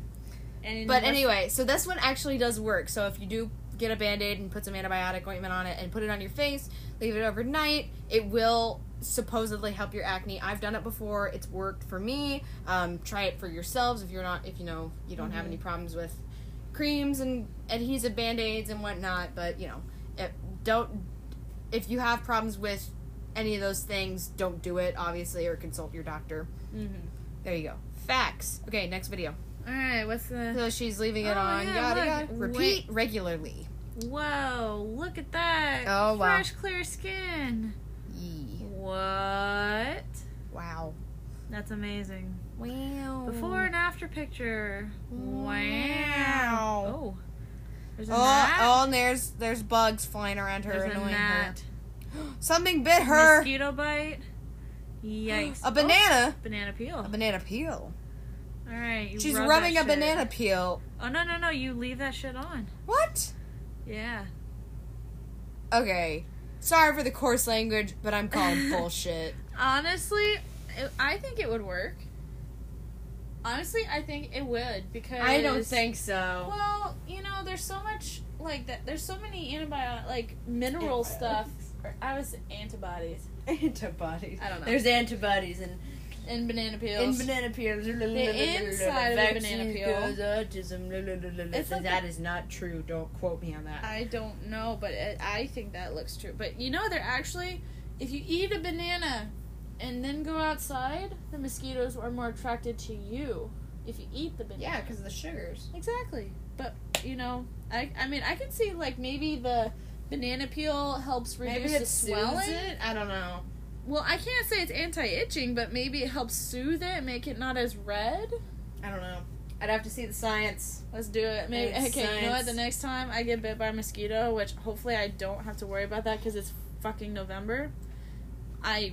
Speaker 1: And you
Speaker 2: But
Speaker 1: must-
Speaker 2: anyway, so this one actually does work. So if you do get a band-aid and put some antibiotic ointment on it and put it on your face, leave it overnight, it will supposedly help your acne. I've done it before. It's worked for me. Um, try it for yourselves if you're not if you know you don't have any problems with creams and adhesive band-aids and whatnot, but you know, it, don't if you have problems with any of those things, don't do it obviously or consult your doctor.
Speaker 1: Mhm.
Speaker 2: There you go. Facts. Okay, next video.
Speaker 1: All right, what's the?
Speaker 2: So she's leaving it
Speaker 1: Oh,
Speaker 2: on.
Speaker 1: yeah,
Speaker 2: yada,
Speaker 1: look.
Speaker 2: yada. Repeat regularly.
Speaker 1: Whoa! Look at that.
Speaker 2: Oh, wow.
Speaker 1: Fresh, clear skin.
Speaker 2: Yee.
Speaker 1: What?
Speaker 2: Wow.
Speaker 1: That's amazing.
Speaker 2: Wow.
Speaker 1: Before and after picture.
Speaker 2: Wow.
Speaker 1: Oh. There's a
Speaker 2: Oh,
Speaker 1: gnat.
Speaker 2: oh, and there's there's bugs flying around her,
Speaker 1: There's a
Speaker 2: annoying her.
Speaker 1: gnat.
Speaker 2: Something bit her.
Speaker 1: Mosquito bite. Yikes.
Speaker 2: A banana.
Speaker 1: Oh, banana
Speaker 2: A
Speaker 1: peel.
Speaker 2: banana peel.
Speaker 1: All right. You
Speaker 2: She's
Speaker 1: rub
Speaker 2: rubbing a
Speaker 1: that shit.
Speaker 2: banana peel.
Speaker 1: Oh no no no! You leave that shit on.
Speaker 2: What?
Speaker 1: Yeah.
Speaker 2: Okay. Sorry for the coarse language, but I'm calling bullshit.
Speaker 1: Honestly, it- I think it would work. Honestly, I think it would because
Speaker 2: so.
Speaker 1: Well, you know, there's so much like that. There's so many antibiotic like mineral stuff. Or, I was antibodies
Speaker 2: Antibodies.
Speaker 1: I don't know.
Speaker 2: There's antibodies and
Speaker 1: and banana peels.
Speaker 2: banana peels.
Speaker 1: The inside of a banana peel.
Speaker 2: Uh, autism.
Speaker 1: It's like
Speaker 2: that is not true. Don't quote me on that.
Speaker 1: I don't know, but it, I think that looks true. But you know, they're actually if you eat a banana and then go outside, the mosquitoes are more attracted to you if you eat the banana.
Speaker 2: yeah, because of the sugars.
Speaker 1: Exactly. But you know, I I mean I can see like maybe the banana peel helps reduce the swelling.
Speaker 2: I don't know.
Speaker 1: Well, I can't say it's anti itching, but maybe it helps soothe it and make it not as red.
Speaker 2: I don't know. I'd have to see the science.
Speaker 1: Let's do it. Maybe
Speaker 2: Makes
Speaker 1: okay. You know what?
Speaker 2: sense.
Speaker 1: The next time I get bit by a mosquito, which hopefully I don't have to worry about that because it's fucking November, I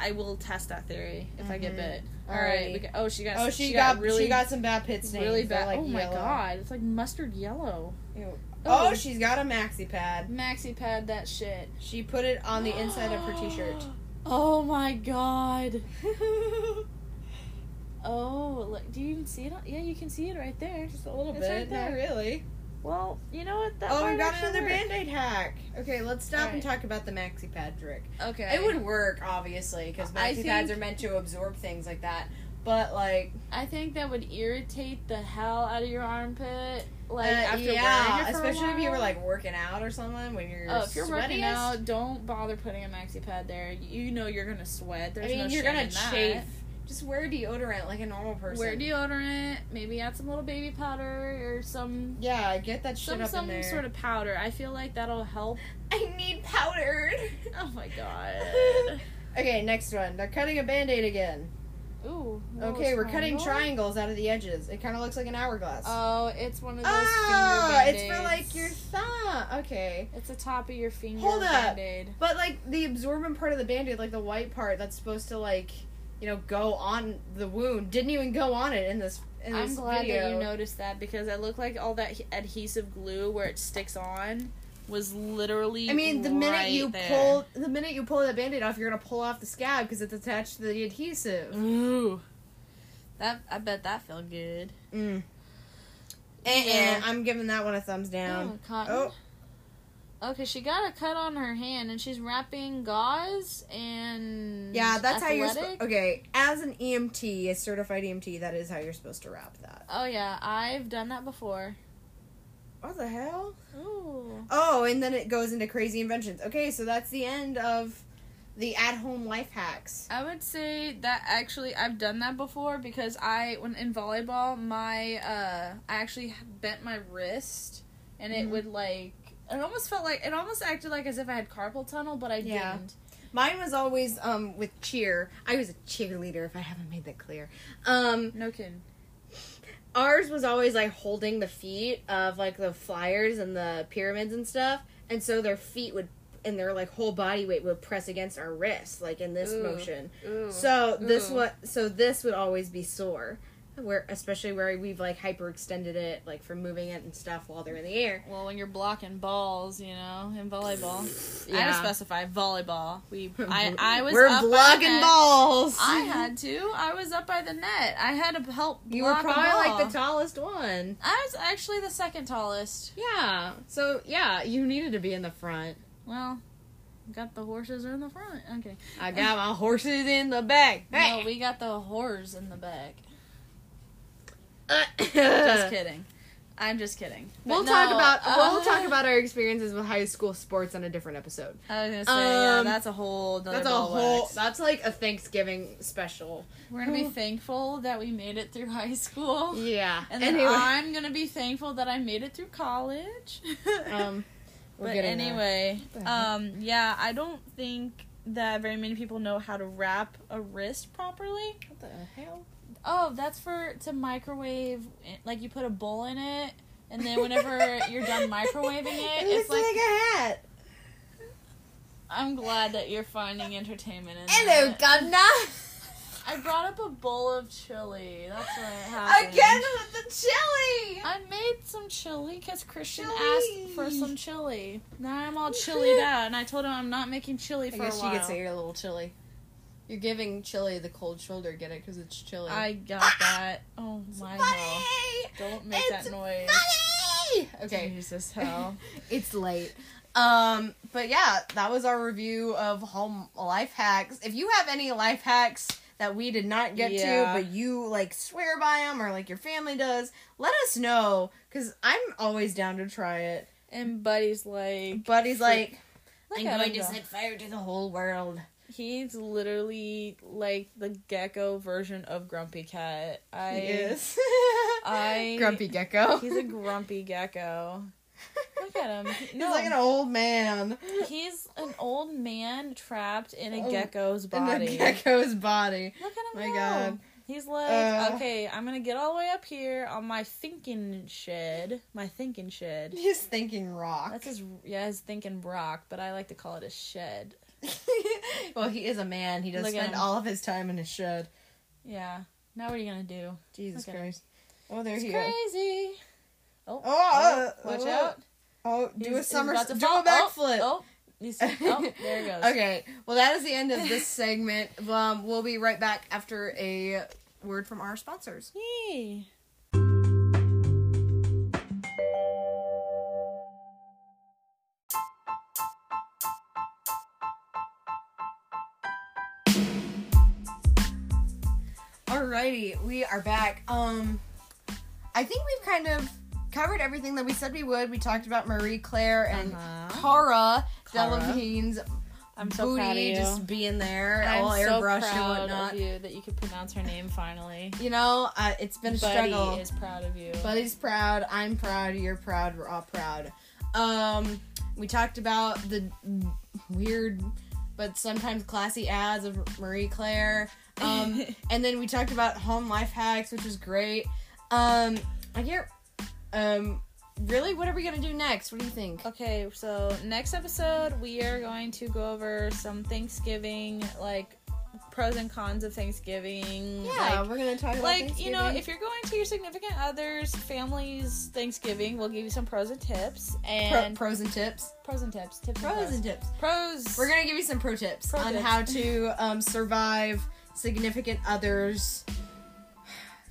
Speaker 1: I will test that theory if I get
Speaker 2: Mhm.
Speaker 1: bit. All
Speaker 2: Alrighty.
Speaker 1: right. we got- oh, she got.
Speaker 2: Oh, she, got,
Speaker 1: really
Speaker 2: she got some bad pit stains.
Speaker 1: really
Speaker 2: They're,
Speaker 1: bad.
Speaker 2: Like
Speaker 1: oh my
Speaker 2: yellow.
Speaker 1: god, it's like mustard yellow.
Speaker 2: Ew.
Speaker 1: Oh.
Speaker 2: Oh, she's got a maxi pad.
Speaker 1: Maxi pad that shit.
Speaker 2: She put it on the inside of her t-shirt.
Speaker 1: Oh my god. Oh, look, do you even see it? On? Yeah, you can see it right there.
Speaker 2: Just a little
Speaker 1: It's
Speaker 2: bit.
Speaker 1: right
Speaker 2: not
Speaker 1: there.
Speaker 2: really.
Speaker 1: Well, you know what? That
Speaker 2: oh, we
Speaker 1: might
Speaker 2: got
Speaker 1: actually
Speaker 2: another
Speaker 1: work.
Speaker 2: band-aid hack. Okay, let's stop
Speaker 1: Alright.
Speaker 2: and talk about the maxi pad trick.
Speaker 1: Okay.
Speaker 2: It would work, obviously, because
Speaker 1: I
Speaker 2: maxi pads are
Speaker 1: think-
Speaker 2: meant to absorb things like that. But like,
Speaker 1: I think that would irritate the hell out of your armpit. Like
Speaker 2: uh,
Speaker 1: after
Speaker 2: yeah,
Speaker 1: wearing it for a
Speaker 2: especially if you were
Speaker 1: while.
Speaker 2: like working out or something when you're
Speaker 1: Oh, if you're working
Speaker 2: sweating
Speaker 1: out, don't bother putting a maxi pad there. You know you're gonna sweat. There's
Speaker 2: I mean,
Speaker 1: no shame
Speaker 2: you're gonna
Speaker 1: in that.
Speaker 2: chafe. Just wear deodorant like a normal person.
Speaker 1: Wear deodorant. Maybe add some little baby powder or some
Speaker 2: yeah, get that shit
Speaker 1: some
Speaker 2: up in
Speaker 1: some
Speaker 2: there.
Speaker 1: sort of powder. I feel like that'll help.
Speaker 2: I need powder.
Speaker 1: Oh my god.
Speaker 2: okay, next one. They're cutting a band-aid again.
Speaker 1: Ooh. little
Speaker 2: Okay, we're cutting
Speaker 1: triangle.
Speaker 2: triangles out of the edges. It kind of looks like an hourglass.
Speaker 1: Oh, it's one of those
Speaker 2: oh,
Speaker 1: finger
Speaker 2: it's for like your thumb. Okay.
Speaker 1: It's the top of your finger
Speaker 2: Hold up.
Speaker 1: band-aid.
Speaker 2: But like the absorbent part of the band-aid, like the white part that's supposed to like you know, go on the wound. Didn't even go on it in this. In
Speaker 1: I'm
Speaker 2: this
Speaker 1: glad that you
Speaker 2: video.
Speaker 1: noticed that because I look like all that he- adhesive glue where it sticks on was literally.
Speaker 2: I mean, the minute
Speaker 1: right
Speaker 2: you
Speaker 1: there.
Speaker 2: pull the minute you pull that band-aid off, you're gonna pull off the scab because it's attached to the adhesive.
Speaker 1: Ooh. That I bet that felt good.
Speaker 2: Mm.
Speaker 1: Yeah.
Speaker 2: Eh, I'm giving that one a thumbs down.
Speaker 1: oh, cotton.
Speaker 2: Oh,
Speaker 1: Okay, she got a cut on her hand, and she's wrapping gauze and
Speaker 2: yeah, that's how you're.
Speaker 1: athletic.
Speaker 2: Sp- okay, as an EMT, a certified EMT, that is how you're supposed to wrap that.
Speaker 1: Oh yeah, I've done that before.
Speaker 2: What the hell?
Speaker 1: Ooh.
Speaker 2: Oh, and then it goes into crazy inventions. Okay, so that's the end of the at-home life hacks.
Speaker 1: I would say that actually I've done that before because I when in volleyball my uh I actually bent my wrist and it
Speaker 2: Mhm.
Speaker 1: would like it almost felt like it almost acted like as if I had carpal tunnel but I
Speaker 2: Yeah.
Speaker 1: didn't.
Speaker 2: Mine was always um with cheer. I was a cheerleader, if I haven't made that clear. Um,
Speaker 1: No kidding.
Speaker 2: ours was always like holding the feet of like the flyers and the pyramids and stuff and so their feet would and their like whole body weight would press against our wrists like in this
Speaker 1: Ooh.
Speaker 2: motion
Speaker 1: Ooh.
Speaker 2: so this
Speaker 1: Ooh.
Speaker 2: what so this would always be sore where especially where we've like hyperextended it like from moving it and stuff while they're in the air
Speaker 1: well, when you're blocking balls, you know, in volleyball, I had to
Speaker 2: Yeah.
Speaker 1: specify volleyball. We, I, I was
Speaker 2: we're
Speaker 1: up by the
Speaker 2: blocking
Speaker 1: net.
Speaker 2: balls
Speaker 1: I had to. I was up by the net. I had to help.
Speaker 2: you were
Speaker 1: block a
Speaker 2: probably
Speaker 1: ball.
Speaker 2: like the tallest one
Speaker 1: I was actually the second tallest.
Speaker 2: yeah so yeah you needed to be in the front
Speaker 1: Well, got the horses in the front. Okay.
Speaker 2: i got my horses in the back
Speaker 1: No, we got the horse in the back. Just
Speaker 2: Just kidding.
Speaker 1: kidding. I'm just kidding. But
Speaker 2: We'll talk
Speaker 1: no,
Speaker 2: about we'll
Speaker 1: uh,
Speaker 2: talk about our experiences with high school sports on a different episode.
Speaker 1: I was gonna say yeah,
Speaker 2: Um,
Speaker 1: that's a whole.
Speaker 2: That's a whole. That's like a Thanksgiving special.
Speaker 1: We're gonna be thankful that we made it through high school.
Speaker 2: Yeah.
Speaker 1: Oh. And then I'm gonna be thankful that I made it through college.
Speaker 2: um, we're
Speaker 1: but
Speaker 2: getting there.
Speaker 1: anyway,
Speaker 2: What the heck?
Speaker 1: um, yeah, I don't think that very many people know how to wrap a wrist properly.
Speaker 2: What the hell?
Speaker 1: Oh, that's for to microwave. Like you put a bowl in it, and then whenever you're done microwaving it, it's
Speaker 2: looks like,
Speaker 1: like,
Speaker 2: a hat.
Speaker 1: I'm glad that you're finding entertainment in
Speaker 2: Hello,
Speaker 1: that.
Speaker 2: Gunna.
Speaker 1: I brought up a bowl of chili. That's what happened.
Speaker 2: Again with the chili.
Speaker 1: I made some chili because Christian
Speaker 2: Chili.
Speaker 1: asked for some chili. Now I'm all chilied out, and I told him I'm not making chili
Speaker 2: I
Speaker 1: for
Speaker 2: guess
Speaker 1: a
Speaker 2: you
Speaker 1: while.
Speaker 2: could say you're a little chilly. You're giving chili the cold shoulder. Get it? Because it's chilly.
Speaker 1: I got that. Oh my hell! Don't make that noise.
Speaker 2: Funny. Okay.
Speaker 1: Jesus hell.
Speaker 2: it's late. Um, but yeah, that was our review of home life hacks. If you have any life hacks that we did not get
Speaker 1: Yeah.
Speaker 2: to, but you like swear by them or like your family does, let us know because I'm always down to try it.
Speaker 1: and Buddy's like,
Speaker 2: Buddy's like,
Speaker 1: Look
Speaker 2: I'm
Speaker 1: at him
Speaker 2: going to
Speaker 1: go.
Speaker 2: set fire to the whole world.
Speaker 1: He's literally like the gecko version of Grumpy Cat. I
Speaker 2: yes,
Speaker 1: I-
Speaker 2: grumpy gecko.
Speaker 1: He's a grumpy gecko. Look at him. He-
Speaker 2: He's
Speaker 1: No,
Speaker 2: like an old man
Speaker 1: he's an old man trapped in a
Speaker 2: Oh,
Speaker 1: gecko's body.
Speaker 2: in a gecko's body.
Speaker 1: Look at
Speaker 2: My
Speaker 1: him go.
Speaker 2: God.
Speaker 1: He's like,
Speaker 2: Uh.
Speaker 1: okay, I'm gonna get all the way up here on my thinking shed. My thinking shed.
Speaker 2: He's thinking rock.
Speaker 1: That's his, yeah, his thinking rock, but I like to call it a shed.
Speaker 2: well, he is a man. He does
Speaker 1: Look at
Speaker 2: spend
Speaker 1: him.
Speaker 2: all of his time in his shed.
Speaker 1: Yeah. Now what are you gonna do?
Speaker 2: Jesus
Speaker 1: Look at him.
Speaker 2: Christ. Oh, there
Speaker 1: It's
Speaker 2: he is.
Speaker 1: crazy. Oh,
Speaker 2: Oh,
Speaker 1: oh, watch
Speaker 2: oh.
Speaker 1: out.
Speaker 2: Oh, do
Speaker 1: He's-
Speaker 2: a
Speaker 1: he's about
Speaker 2: somersault.
Speaker 1: to
Speaker 2: Do
Speaker 1: fall.
Speaker 2: a backflip.
Speaker 1: Oh, oh, he's- oh, there it goes.
Speaker 2: okay. Well, that is the end of this segment. Um, we'll be right back after a word from our sponsors.
Speaker 1: Yay.
Speaker 2: Alrighty, we are back. Um, I think we've kind of covered everything that we said we would. We talked about Marie Claire and
Speaker 1: Uh-huh.
Speaker 2: Cara
Speaker 1: Cara.
Speaker 2: Delevingne's
Speaker 1: I'm so proud of
Speaker 2: booty
Speaker 1: you.
Speaker 2: just being there,
Speaker 1: I'm
Speaker 2: all
Speaker 1: so
Speaker 2: airbrushed
Speaker 1: proud
Speaker 2: and whatnot.
Speaker 1: Of you that you could pronounce her name finally.
Speaker 2: You know, uh, it's been a
Speaker 1: Buddy
Speaker 2: struggle.
Speaker 1: is proud of you.
Speaker 2: Buddy's proud. I'm proud. You're proud. We're all proud. Um, we talked about the weird, but sometimes classy ads of Marie Claire. Um, and then we talked about home life hacks, which is great. Um, I get. Um, really, what are we gonna do next? What do you think?
Speaker 1: okay, so next episode we are going to go over some Thanksgiving like pros and cons of Thanksgiving.
Speaker 2: Yeah,
Speaker 1: like,
Speaker 2: we're gonna talk about
Speaker 1: like you know
Speaker 2: Thanksgiving.
Speaker 1: if you're going to your significant other's family's thanksgiving we'll give you some pros and tips
Speaker 2: Pro-
Speaker 1: and
Speaker 2: pros and tips.
Speaker 1: pros and tips tips and
Speaker 2: Pros and tips.
Speaker 1: pros
Speaker 2: We're gonna give you some pro tips
Speaker 1: Pro
Speaker 2: on
Speaker 1: tips.
Speaker 2: how to um, survive significant others'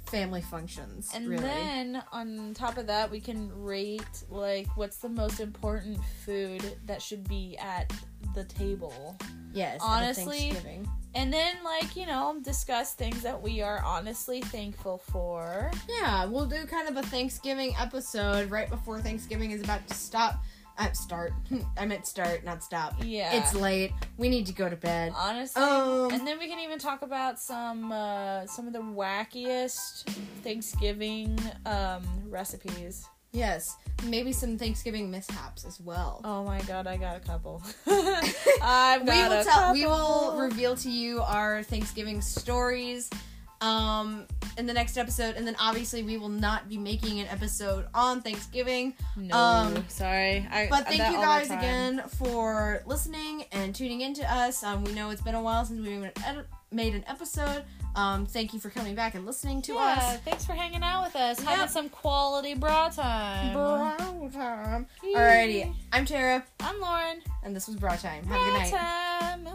Speaker 2: family functions.
Speaker 1: and
Speaker 2: really.
Speaker 1: then on top of that we can rate like what's the most important food that should be at the table
Speaker 2: yes, at
Speaker 1: honestly-
Speaker 2: Thanksgiving.
Speaker 1: and then like you know discuss things that we are honestly thankful for
Speaker 2: Yeah, we'll do kind of a Thanksgiving episode right before Thanksgiving is about to stop. Uh, start. I meant start, not stop.
Speaker 1: Yeah.
Speaker 2: It's late. We need to go to bed.
Speaker 1: honestly
Speaker 2: Um,
Speaker 1: and then we can even talk about some uh, some of the wackiest thanksgiving um, recipes
Speaker 2: Yes, maybe some Thanksgiving mishaps as well.
Speaker 1: Oh my god, I got a couple. I've got
Speaker 2: we will
Speaker 1: a
Speaker 2: tell, we will
Speaker 1: couple.
Speaker 2: reveal to you our Thanksgiving stories um in the next episode and then obviously we will not be making an episode on Thanksgiving.
Speaker 1: no,
Speaker 2: um,
Speaker 6: Sorry. I,
Speaker 2: But thank
Speaker 6: that
Speaker 2: you
Speaker 6: all the
Speaker 2: guys
Speaker 6: time.
Speaker 2: again for listening and tuning in to us. Um we know it's been a while since we even ed- made an episode. Um thank you for coming back and listening to
Speaker 1: yeah,
Speaker 2: us.
Speaker 1: thanks for hanging out with us.
Speaker 2: Yep.
Speaker 1: Having some quality bra time.
Speaker 2: Bra time. Alrighty. I'm Tara
Speaker 1: I'm Lauren.
Speaker 2: and this was Bra Time. Have a
Speaker 1: Bra
Speaker 2: good night.
Speaker 1: time.